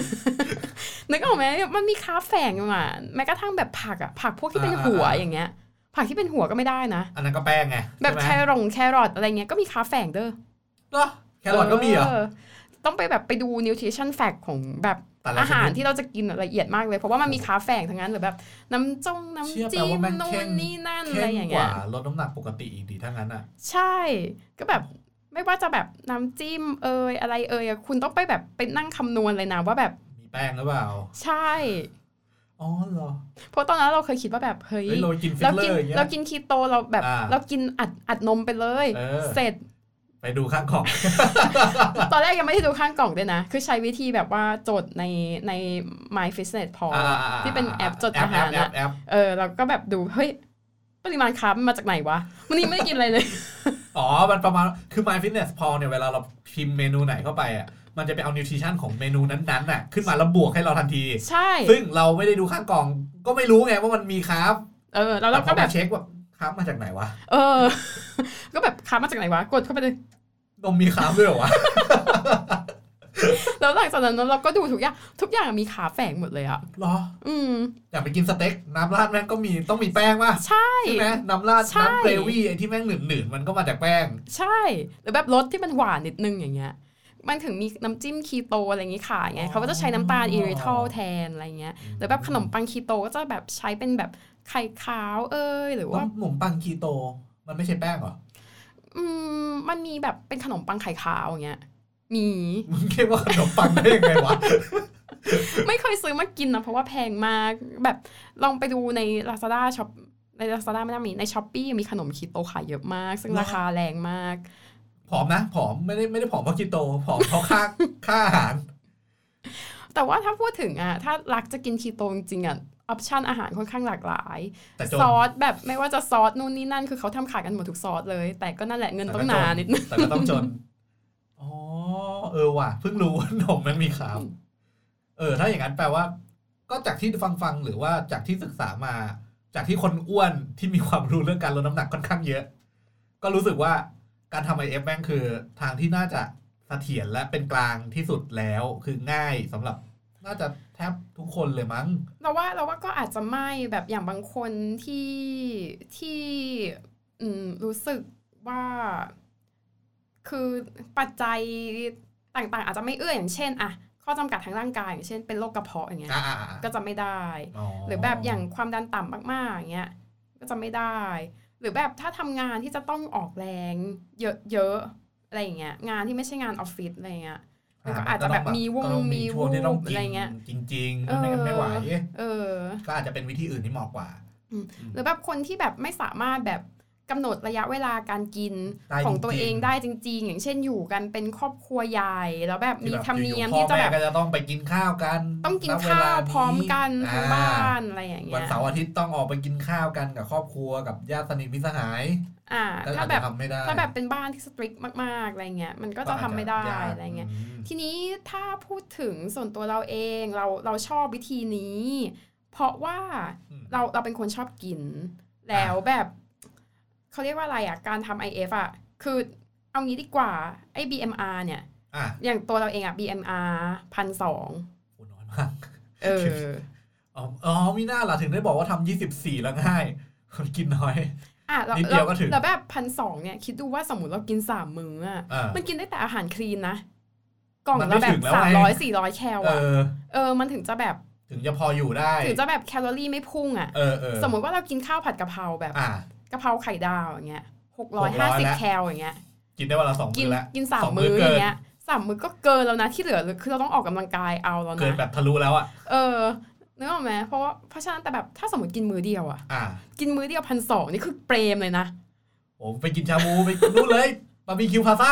นึกออกไหมมันมีคาร์บแฝงอยู่อ่ะแม้กระทั่งแบบผักอ่ะ ผักพวกที่เป็นหัว อ่าอ่า อย่างเงี้ย ผักที่เป็นหัวก็ไม่ได้นะ อันนั้นก็แป้งไง แบบแค ใช่ไหรมอทแครอทอะไรเงี้ยก็มีคาร์บแฝงเด้อ เหรอแครอทก็มีเหรอ ต้องไปแบบไปดู nutrition fact ของแบบ แต่ละ อา ช หาร นิด ที่เราจะกินอะละเอียดมากเลย เพราะว่ามันมีคาร์บแฝงทั้งนั้นหรือแบบ น้ำจงน้ำ เชื่อแปล จิ้ม ว่าแม่ง นู่ เข้ น ม นี่นั่น เข้ อะไรอ ม ย่าง ก เงี้ ว่าย ลดน้ำหนักปกติอีกดีถ้างั้นอ่ะ ใช่ก็แบบไม่ว่าจะแบบน้ำจิ้มเอยอะไรเอยอะคุณต้องไปแบบไปนั่งคำนวณเลยนะว่าแบบ มีแป้งหรือเปล่า ใช่ อ๋อเหรอ เพราะตอนนั้นเราเคยคิดว่าแบบเฮ้ย เฮ้ยเรากินฟิ เรา ลเลอ กิน ร์อย่างเงี้ย เรากินคีโตเราแบบ อ่า เรากินอัดอัดนมไปเลย เออ เสร็จ ไปดูข้างของ ตอนแรกยังไม่ได้ดูข้างกล่องด้วยนะ คือใช้วิธีแบบว่าจดในใน My Fitness Pal อ่าอ่าอ่า ที่เป็นแอปจด แอ อา ป หาร แอป นะ แอป เออเราก็แบบดูเฮ้ยปริมาณคาร์บมันมาจากไหนวะวันนี้ไม่ได้กินอะไรเลย อ๋อ มันประมาณ คือ My Fitness Pal เนี่ย เวลาเราพิมพ์เมนูไหนเข้าไปอ่ะ มันจะไปเอานิวทริชั่นของเมนูนั้นๆน่ะ ขึ้นมาแล้วบวกให้เราทันที ใช่ ซึ่งเราไม่ได้ดูข้างกล่อง ก็ไม่รู้ไงว่ามันมีคาร์บ เออแล้ว แต่ เรา พ ก็ อ แบ มา บ เช็คว่าคาร์บมาจากไหนวะ เออ ก็แบบค้ามาจากไหนวะ กดเข้าไปเลย นมมีคาร์บด้วยเหรอวะ แล้วหลังจากนั้นเราก็ดูทุกอย่าง ทุกอย่างมีขาแฝงหมดเลยอะ หรอ อืม อยากไปกินสเต็ก น้ำราดแม่งก็มี ต้องมีแป้งป่ะ ใช่ ใช่ไหมน้ำราด ใช่ น้ำเกรวี่ไอ้ที่แม่งหนืดๆ มันก็มาจากแป้ง ใช่ หรือแบบรสที่มันหวานนิดนึงอย่างเงี้ย มันถึงมีน้ำจิ้มคีโตอะไรอย่างงี้ขายไง เขาก็จะใช้น้ำตาลอีริทอลแทนอะไรเงี้ย หรือแบบขนมปังคีโตก็จะแบบใช้เป็นแบบ ไข่ขาวเอ้ยหรือ ว่า ว่า ขนมปังคีโต มันไม่ใช่แป้งเหรอ อืมมันมีแบบเป็นขนมปังไข่ขาวอย่างเงี้ยมี มึงคิดว่าขนมปังได้ยังไงวะ ไม่เคยซื้อมากินนะเพราะว่าแพงมาก แบบลองไปดูใน Lazada ช็อปใน Lazada ไม่ได้มีใน s h อ p e e มีขนมคีโตขายเยอะมาก ซึ่ง ว้าว ราคาแรงมาก ผอมนะผอมไม่ได้ไม่ได้ผอมเพราะคีโตผอมเพราะค่า ค่าอาหาร แต่ว่าถ้าพูดถึงอ่ะถ้ารักจะกินคีโตจริงๆอ่ะออปชันอาหารค่อนข้างหลากหลาย แต่จน ซอสแบบไม่ว่าจะซอสนู่นนี่นั่น คือเขาทำขายกันหมดทุกซอสเลย แต่ก็นั่นแหละเงิน แต่ ต้อ ก็ งหจนานิดนึง แต่ก็ต้องจนอ๋อเออว่ะเพิ่งรู้ ว่าขนมมันมีขาวเออ ถ้าอย่างนั้นแปลว่า ก็จากที่ฟังฟังๆหรือว่าจากที่ศึกษามา จากที่คนอ้วนที่มีความรู้เรื่องการลดน้ำหนักค่อนข้างเยอะ ก็รู้สึกว่าการทำไอเอฟแม่งคือ ทางที่น่าจะเสถียรและเป็นกลางที่สุดแล้ว คือง่ายสำหรับ น่าจะแทบทุกคนเลยมั้ง เราว่าเราว่าก็อาจจะไม่แบบอย่างบางคนที่ที่อืมรู้สึกว่า คือปัจจัยต่างๆ อาจจะไม่เอื้ออย่างเช่นอะข้อจำกัดทางร่างกายอย่างเช่นเป็นโรคกระเพาะอย่างเงี้ย อ่าๆๆ ก็จะไม่ได้ อ๋อ หรือแบบอย่างความดันต่ำมากๆอย่างเงี้ยก็จะไม่ได้ หรือแบบถ้าทำงานที่จะต้องออกแรงเยอะๆอะไรอย่างเงี้ยงานที่ไม่ใช่งานออฟฟิศอะไรอย่างเงี้ย มันก็อาจจะแบบมีวง ก็ต้อง มี ช่วงที่ต้อง วูบอะไรเงี้ย จริงๆ เออ ไม่งั้นไม่ไหว เออ ก็อาจจะเป็นวิธีอื่นที่เหมาะกว่า หรือแบบคนที่แบบไม่สามารถแบบกำหนดระยะเวลาการกิน ได้ ของตัว จริงๆ เองได้จริง ๆ อย่างเช่นอยู่กันเป็นครอบครัวใหญ่แล้วแบบมี แบบ ธรรมเนียม อ ที่ ๆ จะ พ่อ แบบแม่ก็จะต้องไปกินข้าวกัน ต้องกิน ณเว ข้า ล วพร้อมกันทั้งบ้านอะไรอย่าง วั เงี้ น ย เสาร์อาทิตย์ต้องออกไปกินข้าวกันกับครอบครัวกับญาติสนิทมิตรสหาย อ่า ก็ ถ้า อาจ แบ จะ บ ทำไม่ได้ ถ้าแบบเป็นบ้านที่สตริกมากๆอะไรเงี้ยมันก็จะทำไม่ได้อะไรเงี้ย ทีนี้ถ้าพูดถึงส่วนตัวเราเองเราเราชอบวิธีนี้ เพราะว่า เราเราเป็นคนชอบกิน แล้วแบบเขาเรียกว่าอะไรอ่ะ การทำ IF อ่ะ คือเอางี้ดีกว่า ไอ้ BMR เนี่ย อ่ะ อย่างตัวเราเองอ่ะ BMR พันสอง โหน้อยมาก เออ อ๋ออ๋อมีหน้าล่ะถึงได้บอกว่าทำ24 แล้วง่ายคนกินน้อย อ่ะเรา นิดเดี เรา ยวก็ถึง เราแบบพันสองเนี่ย คิดดูว่าสมมติเรากินสามมื้ออ่ะ อ่า มันกินได้แต่อาหารคลีนนะ กล่อง มันไม่ ละแบ ถึ บ งแล้ว สาม ไง ร้อยสี่ร้อยแคล เอ อ่ะ อ เออ มันถึงจะแบบ ถึงจะพออยู่ได้ ถึงจะแบบแคลอรี่ไม่พุ่งอ่ะ เออเออ สมมติว่าเรากินข้าวผัดกะเพราแบบ อ่า กะเพราไข่ดาวอย่างเงี้ยหกร้อยห้าสิบ แล้ว แคลอย่างเงี้ย กินได้วันละสอง กิ มื้ น อแล้ว กินสาม สองมื้ มื้ อ อ เกิ อน ย่างเงี้ยสามมื้อก็เกินแล้วนะที่เหลือคือเราต้องออกกำลังกายเอาแล้ว เกิน นะ แบบทะลุแล้วอ่ะ เออนึกออกไหมเพราะว่าเพราะฉะนั้นแต่แบบถ้าสมมติกินมื้อเดียวอะ อ่า กินมื้อเดียวพันสองนี่คือเปรมเลยนะ ผมไปกินชาบู ไปนู่นเลยบาร์บีคิวพาซ่า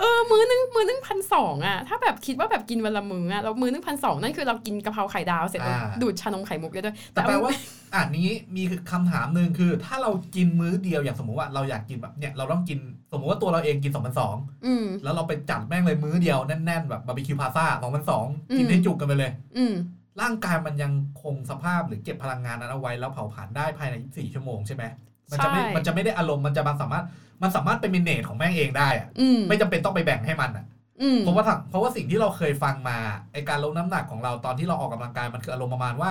เออมื้อนึงมื้อนึงพันสองอะถ้าแบบคิดว่าแบบกินวันละมื้ออะแล้วมื้อนึงพันสองนั่นคือเรากินกะเพราไข่ดาวเสร็จแล้ว อ่า ดูดชานมไข่มุกได้ด้วย แต่แปล เอ ว่าอ่านนี้มีคำถามหนึ่งคือ ถ้าเรากินมื้อเดียวอย่างสมมุติว่าเราอยากกินแบบเนี่ยเราต้องกินสมมุติว่าตัวเราเองกิน2 0 0 อืม แล้วเราไปจัดแม่งเลยมื้อเดียวแน่นๆแบบบาร์บีคิวพาซ่า อืม 2002กินให้จุกกันไปเลย อืม ร่างกายมันยังคงสภาพหรือเก็บพลังงานนั้นเอาไว้แล้วเผาผลาญได้ภายใน24ชั่วโมงใช่ไหมมันจะไม่มันจะไม่ได้อารมณ์มันจะมันสามารถมันสามารถไปมินเนตของแม่งเองได้อะ อืม ไม่จำเป็นต้องไปแบ่งให้มันอะ อืม เพราะว่าทางเพราะว่าสิ่งที่เราเคยฟังมาไอการลดน้ำหนักของเราตอนที่เราออกกำลังกายมันคืออารมณ์ประมาณว่า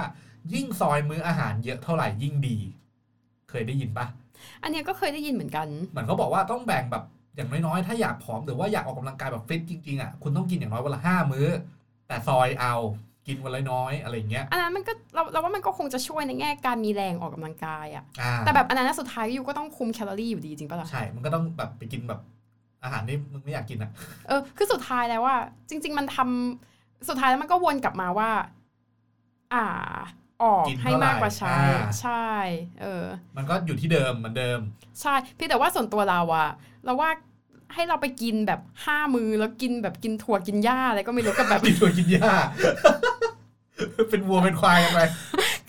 ยิ่งซอยมื้ออาหารเยอะเท่าไหร่ยิ่งดี เคยได้ยินปะ อันเนี้ยก็เคยได้ยินเหมือนกัน เหมือนเขาบอกว่าต้องแบ่งแบบอย่างน้อยๆ ถ้าอยากผอมหรือว่าอยากออกกำลังกายแบบฟิตจริงๆอ่ะคุณต้องกินอย่างน้อยวันละห้ามื้อ แต่ซอยเอากินวันละน้อยอะไรอย่างเงี้ย อันนั้นมันก็เราเราว่ามันก็คงจะช่วยในแง่การมีแรงออกกำลังกายอะ อ่า แต่แบบอันนั้นนะสุดท้ายอยู่ก็ต้องคุมแคลอรี่อยู่ดีจริงปะล่ะ ใช่มันก็ต้องแบบไปกินแบบอาหารที่มึงไม่อยากกินอ่ะ เออคือสุดท้ายแล้วว่า จริง ๆ มันทำสุดท้ายแล้วมันก็วนกลับมาว่า อ่า ออก กิน ให้ เท่าไหร่ มากกว่าใช้ อ่า ใช่ เออ มันก็อยู่ที่เดิมเหมือนเดิม ใช่เพียงแต่ว่าส่วนตัวเราอะเราว่าให้เราไปกินแบบห้ามือแล้วกินแบบกินถั่วกินหญ้าอะไรก็ไม่รู้กับแบบ กินถั่วกินห ญ้า เป็นวัวเป็นควายกันไป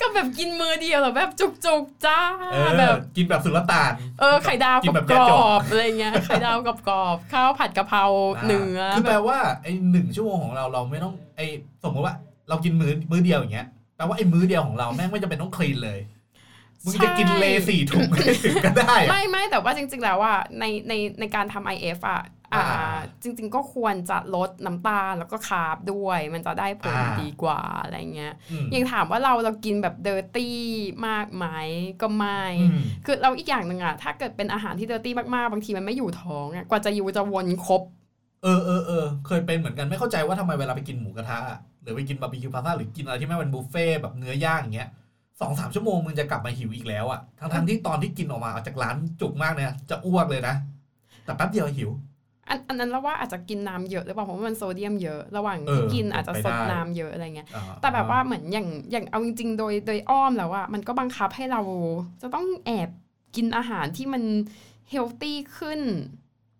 กับแบบกินมือเดียวหรอแบบจุกๆจ้า เอ แบ อบ กินแบบสุลต่าน เออไข่ดาว กินแบบ ก แกะ ร จบ อบๆอะไรเงี้ยไข่ดาว กรอบๆข้าวผัดกะเพราเนื้อ คือ แบ แปล บ ว่าไอ้หนึ่งชั่วโมงของเราเราไม่ต้องไอ้สมมติว่าเรากินมื้อมื้อเดียวอย่างเงี้ยแปลว่าไอ้มื้อเดียวของเราแม่งไม่จำเป็นต้องคลีนเลยมึงจะกินเล ใช่ สี่ถุง ไม่ถึงก็ได้อะ ไม่ไม่แต่ว่าจริง ๆ แล้วว่าในในในการทำ IF อ่ะอ่า อ่า จริง ๆ ก็ควรจะลดน้ำตาลแล้วก็คาร์บด้วย มันจะได้ผล อ่า ดีกว่าอะไรเงี้ย อืม ยังถามว่าเราเรากินแบบเดอร์ตี้มากไหมก็ไม่ อืม คือเราอีกอย่างหนึ่งอะถ้าเกิดเป็นอาหารที่เดอร์ตี้มากๆ บางทีมันไม่อยู่ท้องอะกว่าจะอยู่จะวนครบ เออเออเออเคยเป็นเหมือนกันไม่เข้าใจว่าทำไมเวลาไปกินหมูกระทะอะหรือไปกินบาร์บีคิวพาซ่าหรือกินอะไรที่ไม่เป็นบุฟเฟ่ต์แบบเนื้อย่างอย่างเงี้ย สองสามชั่วโมงมึงจะกลับมาหิวอีกแล้วอะทั้งทั้งๆที่ตอนที่กินออกมาออกจากร้านจุกมากเลยนะจะอ้วกเลยนะ แต่แป๊บเดียวหิว อันอันนั้นเราว่าอาจจะกินน้ำเยอะหรือเปล่าเพราะว่ามันโซเดียมเยอะระหว่าง เออ ที่กินอาจจะ เป็น ซ ไป ด ได้ น้ำเยอะอะไรเงี้ย อ่ แต่แบบว่าเหมือนอย่างอย่างเอาจริงๆ โดยโดยอ้อมแล้วอะมันก็บังคับให้เราจะต้องแอบกินอาหารที่มันเฮลตี้ขึ้น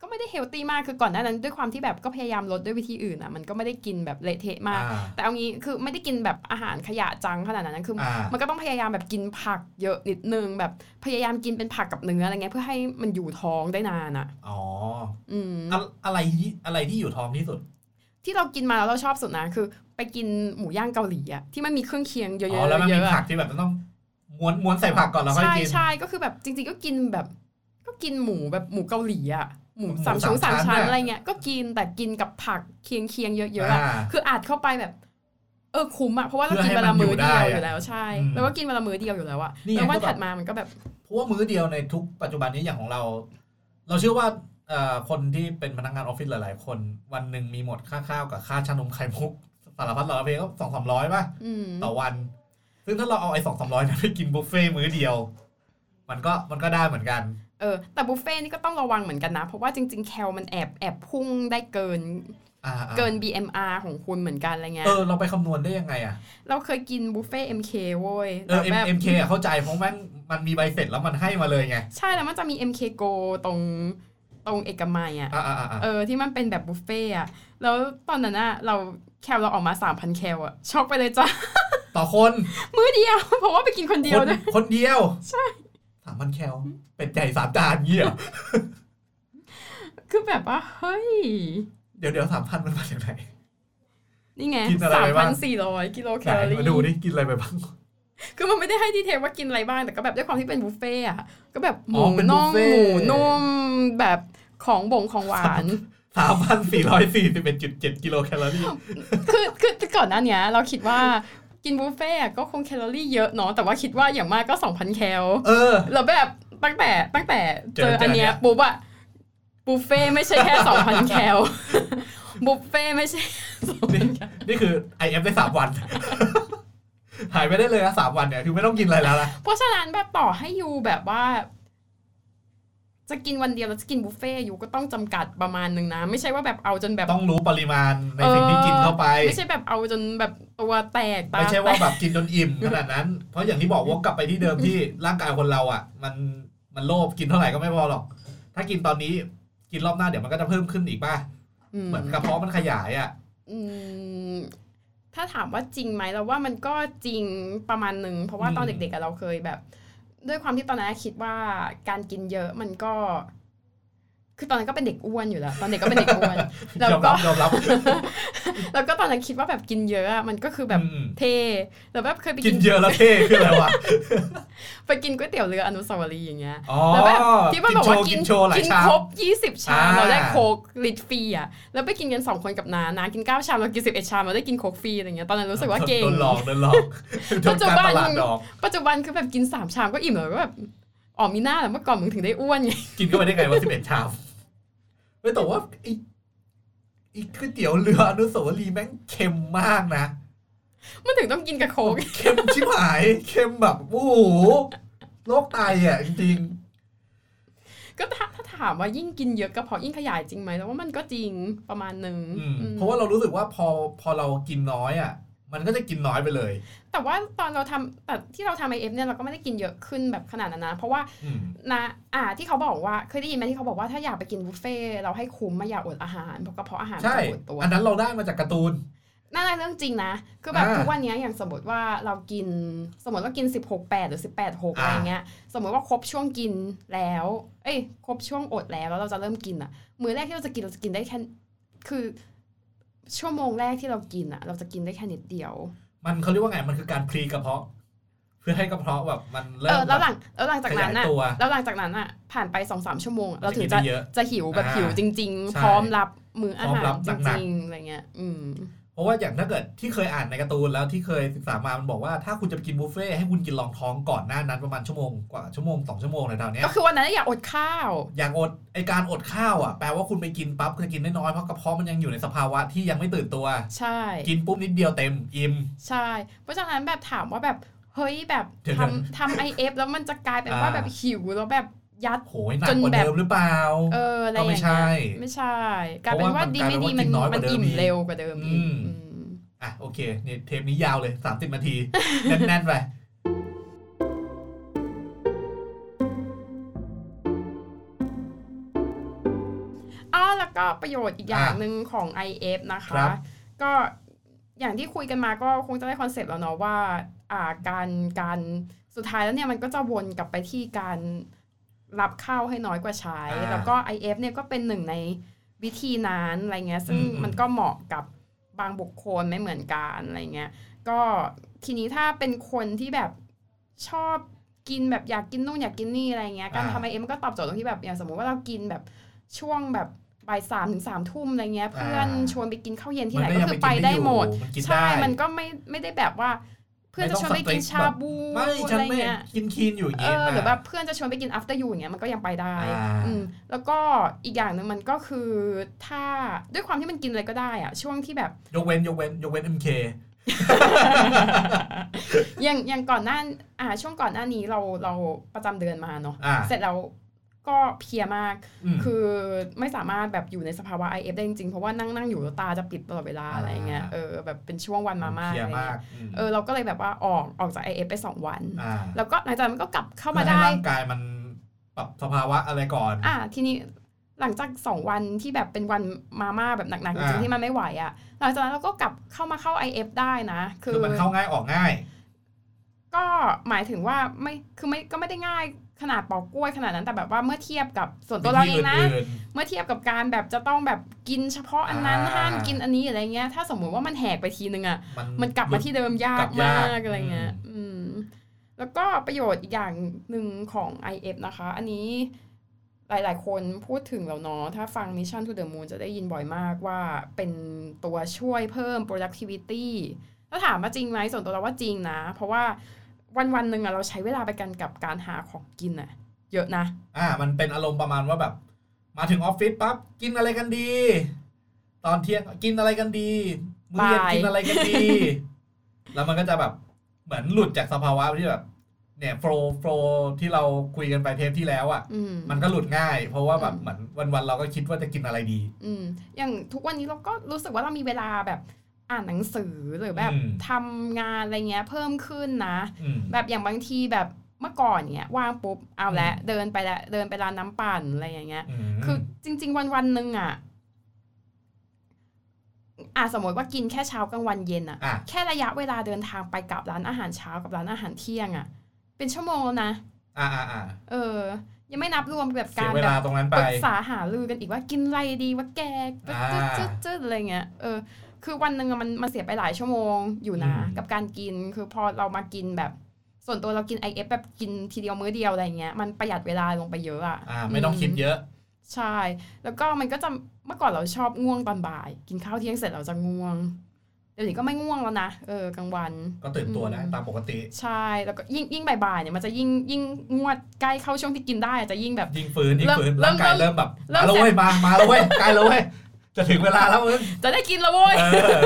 ก็ไม่ได้เฮลตี้มากคือก่อนหน้านั้นด้วยความที่แบบก็พยายามลดด้วยวิธีอื่นอะมันก็ไม่ได้กินแบบเละเทะมาก อ่ แต่เอางี้คือไม่ได้กินแบบอาหารขยะจังขนาดนั้นคืออ อ่า มันก็ต้องพยายามแบบกินผักเยอะนิดนึงแบบพยายามกินเป็นผักกับเนื้ออะไรเงี้ยเพื่อให้มันอยู่ท้องได้นานอะ อ๋อ อืม อะอะไรที่อะไรที่อยู่ท้องที่สุด ที่เรากินมาแล้วเราชอบสุดนะคือ ไปกินหมูย่างเกาหลีอะที่มันมีเครื่องเคียงเยอะๆ อ๋อ แล้วมัน เย มี อะๆ ผั อะ กที่แบบต้องม้วนม้วนใส่ผักก่อนแล้วค่อย ใช่ กิน ใช่ก็คือแบบจริงๆก็กินแบบ ก็กินหมูแบบหมูเกาหลีอะหมู หมู สามชั้น สา สามม ชั้น ชั้น อะ อะไรเงี้ยก็กินแต่กินกับผักเคียงเคียงๆเยอะๆอะ อ่า คืออาจเข้าไปแบบ เออคุ้มอะเพราะว่าเรา เพื่อ กินเวลามื้อเดียว ให้มันอยู่ได้อะ อยู่แล้วใช่ อืม แล้วก็กินเวลามื้อเดียวอยู่แล้วอะ นี่ไง แล้ววัน ก็แบบ ถัดมามันก็แบบ เพราะว่ามื้อเดียวในทุกปัจจุบันนี้อย่างของเรา เราเชื่อว่าเอ่อคนที่เป็นพนักงานออฟฟิศหลาย ๆ คน วันหนึ่งมีหมดค่าข้าวกับค่าชานมไข่มุกสารพัดสารเพก็สองสามร้อยป่ะ อืม ต่อวัน ซึ่งถ้าเราเอาไอ้สองสามร้อยนั้นไปกินบุฟเฟ่ต์มื้อเดียว มันก็มันก็ได้เหมือนกัน เออแต่บุฟเฟ่ต์นี่ก็ต้องระวังเหมือนกันนะ เพราะว่าจริง ๆ แคลมันแอบแอบพุ่งได้เกิน อ่าอ่า เกิน BMR ของคุณเหมือนกันอะไรเงี้ย เออเราไปคำนวณได้ยังไงอะ เราเคยกินบุฟเฟ่ต์ MK เว้ย เออ แบบ M M K เข้าใจเพราะแม่งมันมีใบเสร็จแล้วมันให้มาเลยไง ใช่แล้วมันจะมี MK Go ตรงตรงเอกมัยอ่ะ อ่าอ่าอ่า เออที่มันเป็นแบบบุฟเฟ่ต์อ่ะแล้วตอนนั้นอ่ะเราแคลเราออกมา 3,000 แคลอ่ะช็อกไปเลยจ้ะ ต่อคน มื้อเดียว เพราะว่าไปกินคนเดียว คน ด้วย คนเดียว ใช่สามพันแคลเป็ดใหญ่สามจานเงี้ยเหรอ คือแบบว่า เฮ้ย เดี๋ยวเดี๋ยวสามพันมันมาจากไหน นี่ไง กินอะไรไปบ้าง 3,400 กิโลแค ไหน ลอ มาดู รี่ ดิกินอะไรไปบ้าง คือมันไม่ได้ให้ดีเทลว่ากินอะไรบ้าง แต่ก็แบบด้วยความที่เป็นบุฟเฟ่ต์อ่ะก็แบบห อ๋ มู อเป็น น่อง บุฟเฟ่ต์ หมูนุ่มแบบของบ่งของห วาน สามพันสี่ร้อยสี่สิบเอ็ดจุดเจ็ดกิโลแคลอรี่ คือคือคือก่อนหน้าเนี้ยเราคิดว่ากินบุฟเฟ่ต์อะก็คงแคลอรี่เยอะเนาะแต่ว่าคิดว่าอย่างมากก็ 2,000 แคล เออ แล้วแบบตั้งแต่ตั้งแต่ เจ เจ อ ออันเนี้ย เจออันเนี้ย ปุ๊บอะบุฟเฟ่ต์ไม่ใช่ แค่ 2,000 แคลบุฟเฟ่ต์ไม่ใช่ นี่นี่คือ IF ได้สามวัน หายไปได้เลยนะสามวันเนี่ยคือไม่ต้องกินอะไรแล้วนะ เพราะฉะนั้นแบบต่อให้ยูแบบว่า จะกินวันเดียวแล้วจะกินบุฟเฟ่ต์ยูก็ต้องจำกัดประมาณหนึ่งนะ ไม่ใช่ว่าแบบเอาจนแบบ ต้องรู้ปริมาณในสิ่งที่กินเข้าไป ออไม่ใช่แบบเอาจนแบบตัวแตกตา ไม่ใช่ แต ว่าก แบบกินจนอิ่มขนาดนั้น เพราะอย่างที่บอกวกกลับไปที่เดิมที่ร่างกายคนเราอ่ะ มันมันโลภกินเท่าไหร่ก็ไม่พอหรอก ถ้ากินตอนนี้กินรอบหน้าเดี๋ยวมันก็จะเพิ่มขึ้นอีกป่ะ เหมือนกระเพาะมันขยายอ่ะ อืมถ้าถามว่าจริงไหมเราว่ามันก็จริงประมาณหนึ่งเพราะว่า อืม ตอนเด็กๆอะเราเคยแบบ ด้วยความที่ตอนนั้นคิดว่าการกินเยอะมันก็ คือตอนนั้นก็เป็นเด็กอ้วนอยู่แล้ว ตอนเด็กก็เป็นเด็ก อ้วน แล้ว ยอม ก็ รับยอมรับ แล้วก็ตอนนั้นคิดว่าแบบกินเยอะอะมันก็คือแบบ อืม เทแล้วแบบเคยไป กิ กิ น น เยอะแล้วเท่ขึ้นอะไรวะ ไปกินก๋วยเตี๋ยวเรืออนุสาวรีย์อย่างเงี้ย อ๋อ แล้วแบบที่มันบอกว่ากิ กิ น นโชว์หลาย กิน ชาม ครบยี่สิบชาม อ่า เราได้โคกลิตรฟรีอ่ะแล้วไปกินกันสองคนกับนานากินเก้าชามเรากินสิบเอ็ดชามเราได้กินโคกฟรีอะไรเงี้ยตอนนั้นรู้สึกว่าเก่ง โดนหลอกโดนหลอกโดนการตลาดหลอก ปัจจุบันคือแบบกินสามชามก็อิ่มแล้วก็แบบอ๋อมีหน้าแหละเมื่อก่อนมึงถึงได้อ้วนไง กินเข้าไปได้ไงวะสิบเอ็ดชามเฮ้ยแต่ว่าไอ้ไอ้ก๋วยเตี๋ยวเรืออนุสาวรีย์แม่งเค็มมากนะ มันถึงต้องกินกับโค้ก เค็มชิบหาย เค็มแบบโอ้โหโรคไตอ่ะจริง ก็ถ้าถ้าถามว่ายิ่งกินเยอะกระเพาะยิ่งขยายจริงไหมแล้วว่ามันก็จริงประมาณหนึ่ง ๆอืม อืม เพราะว่าเรารู้สึกว่าพอพอเรากินน้อยอ่ะ มันก็จะกินน้อยไปเลย แต่ว่าตอนเราทำแต่ที่เราทำไอเอฟเนี่ยเราก็ไม่ได้กินเยอะขึ้นแบบขนาดนั้นนะเพราะว่า อืม นะอ่าที่เขาบอกว่าเคยได้ยินไหมที่เขาบอกว่าถ้าอยากไปกินบุฟเฟ่ต์เราให้คุ้มมาอย่าอดอาหารเพราะกระเพาะอาหาร ใช่ จะอดตัว อันนั้นเราได้มาจากการ์ตูน น่าจะเรื่องจริงนะ คือแบบ อ่า ทุกวันเนี้ยอย่างสมมติว่าเรากิน สมมติว่ากิน 16 8 หรือ 18 6 อะไร อ่า เงี้ย สมมติว่าครบช่วงกินแล้ว เอ้ย ครบช่วงอดแล้วแล้วเราจะเริ่มกินอะมื้อแรกที่เราจะกินเราจะกินได้แค่ คือชั่วโมงแรกที่เรากินอะเราจะกินได้แค่นิดเดียว มันเขาเรียกว่าไงมันคือการพรีกระเพาะ เพื่อให้กระเพาะแบบมันเริ่ เอ ม อ แล้วหลัง แล้วหลังจาก ขยา นั้นยอะ ตัว แล้วหลังจากนั้นอะผ่านไป2อสามชั่วโมงอะเราถึง มั จะ นกินได้เยอะ จะหิวแบบ อ่า หิวจริง ใช่ ๆ พร้อมรับมื้ออา พร้อม หาร รับ จ หนัก ริงๆ อะไรเงี้ย อืม เพราะว่าอย่างถ้าเกิดที่เคยอ่านในการ์ตูนแล้วที่เคยศึกษามามันบอกว่าถ้าคุณจะไปกินบุฟเฟ่ต์ให้คุณกินรองท้องก่อนหน้านั้นประมาณชั่วโมงกว่าชั่วโมงสองชั่วโมงในแถวๆเนี้ย ก็คือวันนั้นอยากอดข้าว อย่างอดไอการอดข้าวอ่ะแปลว่าคุณไปกินปั๊บคุณจะกินได้น้อยเพราะกระเพาะมันยังอยู่ในสภาวะที่ยังไม่ตื่นตัว ใช่ กินปุ๊บนิดเดียวเต็มอิ่ม ใช่ เพราะฉะนั้นแบบถามว่าแบบ เฮ้ยแบบ เดี๋ยว ทำทำไอเอฟแล้วมันจะกลายเป็น อ่า ว่าแบบหิวแล้วแบบยัด โหยหนัก จน กว่า แบบ เดิมหรือเปล่า เอออะไร ก็ อย่าง ไม่ เงี้ย ใช่ ไม่ใช่ กลายเป็นว่า เพราะว่ามัน ดีไม่ดี กลายเป็ มัน นมันว่ากินน้อยกว่าเดิอิ่มม อีก เร็วกว่าเดิมอีก อืม อืม อ่ะโอเคเนี่ยเทปนี้ยาวเลย 30 นาที แน่นๆไป อ้อแล้วก็ประโยชน์อีกอย่างหนึ่งของ IF นะ ครั คะ บ ก็อย่างที่คุยกันมาก็คงจะได้คอนเซปต์แล้วเนาะว่าอ่าการการสุดท้ายแล้วเนี่ยมันก็จะวนกลับไปที่การรับเข้าให้น้อยกว่าใช้ อ่า แล้วก็ IF เนี่ยก็เป็นหนึ่งในวิธีนั้นอะไรเงี้ยซึ่ง อืมอืม มันก็เหมาะกับบางบุคคลไม่เหมือนกันอะไรเงี้ยก็ทีนี้ถ้าเป็นคนที่แบบชอบกินแบบอยากกินนู่นอยากกินนี่อะไรเงี้ยการทำ IF มันก็ตอบโจทย์ตรงที่แบบอย่างสมมติว่าเรากินแบบช่วงแบบบ่ายสามถึงสามทุ่มอะไรเงี้ยเพื่อนชวนไปกินข้าวเย็น ที่ไหนก็คือไปได้หมด มันกิน ใช่ ได้ มันก็ไม่ไม่ได้แบบว่า เพื่อนจะชวนไปกินชาบู ไม่ อะ ฉัน ไร ไม่ เงี้ย กินคีนอยู่อย่าง เอ งี้ อ นะ หรือแบบเพื่อนจะชวนไปกิน after you อย่างเงี้ยมันก็ยังไปได้ อ่า อืมแล้วก็อีกอย่างหนึ่งมันก็คือถ้าด้วยความที่มันกินอะไรก็ได้อะช่วงที่แบบ ยกเว้นยกเว้นยกเว้น MK อย่างอย่างก่อนหน้าอ่าช่วงก่อนหน้านี้เราเราประจำเดือนมาเนาะ อ่า เสร็จแล้วก็เพลียมาก ม คือไม่สามารถแบบอยู่ในสภาวะ IF ได้จริงๆ เพราะว่านั่งนั่งอยู่แล้วตาจะปิดตลอดเวลา อ่า อะไรเงี้ยเออแบบเป็นช่วงวันมาม่า เพลี อะ ย ไรเงี้ มาย กม เออเราก็เลยแบบว่าออกออกจาก IF ไป 2 วัน ่า แล้วก็หลังจากนั้นก็กลับเข้ามา เพื่อได้ให้ร่างกายมันปรับสภาวะอะไรก่อน อ่ะทีนี้หลังจาก 2 วันที่แบบเป็นวันมาม่าแบบหนักๆจ อ่า ริงๆที่มันไม่ไหวอะ่ะหลังจากนั้นเราก็กลับเข้ามาเข้า IF ได้นะ คื คือ อมันเข้าง่ายออกง่าย ก็หมายถึงว่าไม่คือไม่ก็ไม่ได้ง่ายขนาดปอกกล้วยขนาดนั้นแต่แบบว่าเมื่อเทียบกับส่วนตัวเราเองนะ เมื่อเทียบกับการแบบจะต้องแบบกินเฉพาะอันนั้น อ่า ห้ามกินอันนี้อะไรเงี้ยถ้าสมมุติว่ามันแหกไปทีนึงอ่ะ มัน มันกลับมาที่เดิมยาก กลับ มาย าก กอะไรเงี้ย อืม อืม แล้วก็ประโยชน์อีกอย่างหนึ่งของ IF นะคะ อันนี้หลาย ๆ คนพูดถึงแล้วเนาะ ถ้าฟัง Mission to the Moon จะได้ยินบ่อยมากว่าเป็นตัวช่วยเพิ่ม productivity ถ้าถามว่าจริงไหมส่วนตัวเราว่าจริงนะ เพราะว่าวันวันๆหนึ่งอะเราใช้เวลาไปกันกับการหาของกินอะเยอะนะ อ่า มันเป็นอารมณ์ประมาณว่าแบบ มาถึงออฟฟิศปั๊บกินอะไรกันดี ตอนเที่ยงกินอะไรกันดีมื้อเย็น บ่าย กินอะไรกัน ดี แล้วมันก็จะแบบเหมือนหลุดจากสภาวะที่แบบ เนี่ยโฟล์โฟล์ที่เราคุยกันไปเทปที่แล้วอ่ะ อืม มันก็หลุดง่าย เพราะว่าแบบ อืม เหมือนวันๆเราก็คิดว่าจะกินอะไรดี อืมอย่างทุกวันนี้เราก็รู้สึกว่าเรามีเวลาแบบอ่านหนังสือหรือแบบ อืม ทำงานอะไรเงี้ยเพิ่มขึ้นนะ อืม แบบอย่างบางทีแบบเมื่อก่อนเนี้ยว่างปุ๊บเอาละ อืม เดินไปละเดินไปร้านน้ำปั่นอะไรอย่างเงี้ย ม คือจริง ๆ วันวันๆหนึ่งอ่ะอ่ะสมมติว่ากินแค่เช้ากลางวันเย็นอ่ะ อ่ะ แค่ระยะเวลาเดินทางไปกลับร้านอาหารเช้ากับร้านอาหารเที่ยงอ่ะ เป็นชั่วโมงแล้วนะ อ่าอ่าอ่า เออ ยังไม่นับรวมแบบ เสี กาย ร เว แบบ ลาตรงนั้นไป ปรึกษาหารือกันอีกว่ากินอะไรดีว่าแก อ่า จืดจืดจืดอะไรเงี้ยเออคือวันหนึ่งอะมันมันเสียไปหลายชั่วโมงอยู่นะ อืม กับการกินคือพอเรามากินแบบ ส่วนตัวเรากิน IF แบบกินทีเดียวมื้อเดียวอะไรเงี้ยมันประหยัดเวลาลงไปเยอะอ่ะ อ่า ไม่ต้องคิดเยอะ ใช่ แล้วก็มันก็จะเมื่อก่อนเราชอบง่วงตอนบ่าย กินข้าวเที่ยงเสร็จเราจะง่วงเดี๋ยวนี้ก็ไม่ง่วงแล้วนะเออกลางวัน ก็ตื่นตัวได้ อืม ตามปกติ ใช่แล้วก็ยิ่งยิ่งบ่ายๆเนี่ยมันจะยิ่งยิ่งงวดใกล้เข้าช่วงที่กินได้อะจะยิ่งแบบ ยิ่งฝืนยิ่งฝืน เริ่ ร่าม งกาย เริ่ เริ่ ม มแบบ เริ่ มาม แล้วเว้ยมามาแล้วเว้ยใกล้แล้วเว้ยจะถึงเวลาแล้วมึง จะได้กินแล้วเว้ย เออ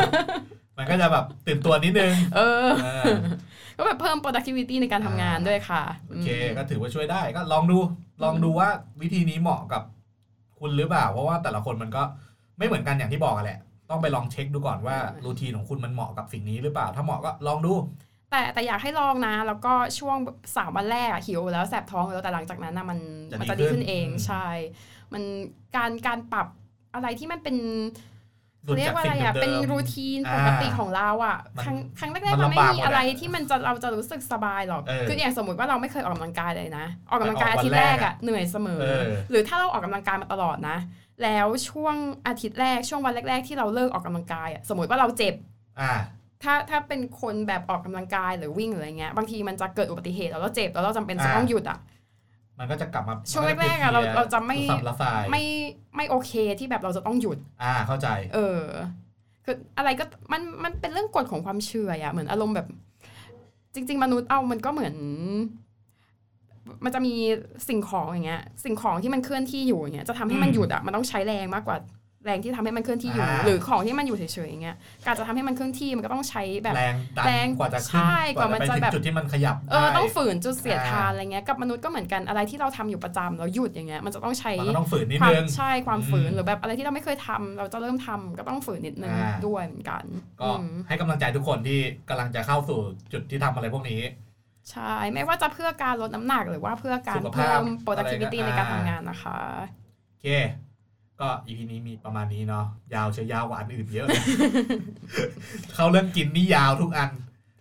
มันก็จะแบบตื่นตัวนิดนึง เออ เออ ก็แบบเพิ่ม productivity ในการทำงาน อ่า ด้วยค่ะ โอเค ม ก็ถือว่าช่วยได้ก็ลองดู ลองดูว่าวิธีนี้เหมาะกับคุณหรือเปล่า เพราะว่าแต่ละคนมันก็ไม่เหมือนกันอย่างที่บอกอะแหละ ต้องไปลองเช็คดูก่อนว่า อืม รูทีนของคุณมันเหมาะกับสิ่งนี้หรือเปล่า ถ้าเหมาะก็ลองดู แต่แต่อยากให้ลองนะ แล้วก็ช่วงสามวันแรกอะหิวแล้วแสบท้องแล้วแต่หลังจากนั้นนะมัน จะ มั ดี จะดีขึ้น ขึ้น เอง อืม ใช่ มันการการปรับอะไรที่มันเป็น หลุด เรีย จาก กว่าอะ สิ่ ไรง เดิ อะ มๆ เป็นรูทีน อ่า ปกติของเราอะ มัน ครั้งครั้งแรก มัน ๆมันไม่ ลำบาก มี หมด อะไร อะ ที่มันจะเราจะรู้สึกสบายหรอก เออ คืออย่างสมมติว่าเราไม่เคยออกกำลังกายเลยนะ ออกกำลังกาย แต่ออาอกทิตย์วัน แร แรก กอะเหนื่อยเสมอ เออ หรือถ้าเราออกกำลังกายมาตลอดนะ แล้วช่วงอาทิตย์แรกช่วงวันแรก ๆ ที่เราเลิกออกกำลังกายอะสมมติว่าเราเจ็บ อ่า ถ้าถ้าเป็นคนแบบออกกำลังกายหรือวิ่งหรืออะไรเงี้ยบางทีมันจะเกิดอุบัติเหตุแล้วเราเจ็บแล้วเราจำเป็นจะ อ่า ต้องหยุดอ่ะ มันก็จะกลับมา ช่วง มัน แรกๆอะ พลีย เราเราจะไม่ สับละสาย ไม่ไม่โอเคที่แบบเราจะต้องหยุด อ่าเข้าใจ เออคืออะไรก็มันมันเป็นเรื่องกฎของความเชื่ออะเหมือนอารมณ์แบบ จริง ๆ มนุษย์เอามันก็เหมือน มันจะมีสิ่งของอย่างเงี้ย สิ่งของที่มันเคลื่อนที่อยู่อย่างเงี้ยจะทำให้มัน อืม หยุดอ่ะมันต้องใช้แรงมากกว่า แรงที่ทำให้มันเคลื่อนที่อยู่ อ่า หรือของที่มันอยู่เฉยๆอย่างเงี้ยการจะทำให้มันเคลื่อนที่มันก็ต้องใช้แบบ แรงดัน แรง กว่าจะขึ้น ใช่ กว่าจะกว่าไปมันจะ ถึง แบบ จุดที่มันขยับ เออ ได้ ต้องฝืนจนเสียทาน อ่า อะไรเงี้ยกับมนุษย์ก็เหมือนกันอะไรที่เราทำอยู่ประจำเราหยุดอย่างเงี้ยมันจะต้องใช้ มันก็ต้องฝืนนิด ความ นึง ใช่ความฝืน อืม หรือแบบอะไรที่เราไม่เคยทำเราจะเริ่มทำก็ต้องฝืนนิดนึง อ่า ด้วยเหมือนกัน ก็ อืม ให้กำลังใจทุกคนที่กำลังจะเข้าสู่จุดที่ทำอะไรพวกนี้ ใช่ไม่ว่าจะเพื่อการลดน้ำหนักหรือว่าเพื่อการ สุขภา เพิ่ พ ม productivity อะไร ใน ก็ การ อ่า ทำงานนะคะ โอเค ก็อีพีนี้มีประมาณนี้เนาะยาวเชียวยาวกว่าอันอื่นเยอะเลย เขาเรื่องกินนี่ยาวทุกอัน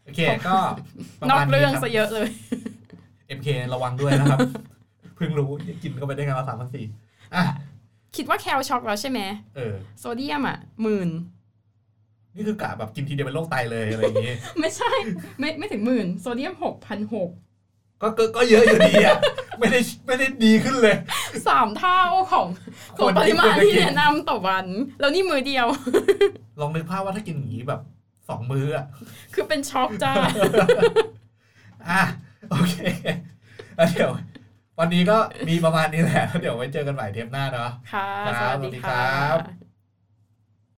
โอเค ก็ประ นอ มาก ณ เรื่ นี้ อง ครับ ซะเยอะเลย MK ระวังด้วยนะครับ เพิ่งรู้กินก็ไปได้กันละสามพันสี่อ่ะ คิดว่าแคลช็อกแล้วใช่ไหม เออ โซเดียมอ่ะหมื่น นี่คือกะแบบกินทีเดียวเป็นโรคไตเลยอะไรอย่างงี้ ไม่ใช่ ไม่ไม่ถึงหมื่นโซเดียมหกพันหก ก็ก็ก็เยอะอยู่ดีอ่ะ ไม่ได้ไม่ได้ดีขึ้นเลย สามเท่าของของปริมาณที่แนะนำต่อวัน แล้วนี่มือเดียว ลองนึกภาพว่าถ้ากินอย่างนี้แบบสองมื้ออ่ะ คือเป็นช็อกจ้า อ่ะโอเคแล้วเดี๋ยว วันนี้ก็มีประมาณนี้แหละแล้วเดี๋ยวไว้เจอกันใหม่เทปหน้าเนาะ ค่ะ ค ส รัวับส สวัสดี ดี ค ค รั รับ บ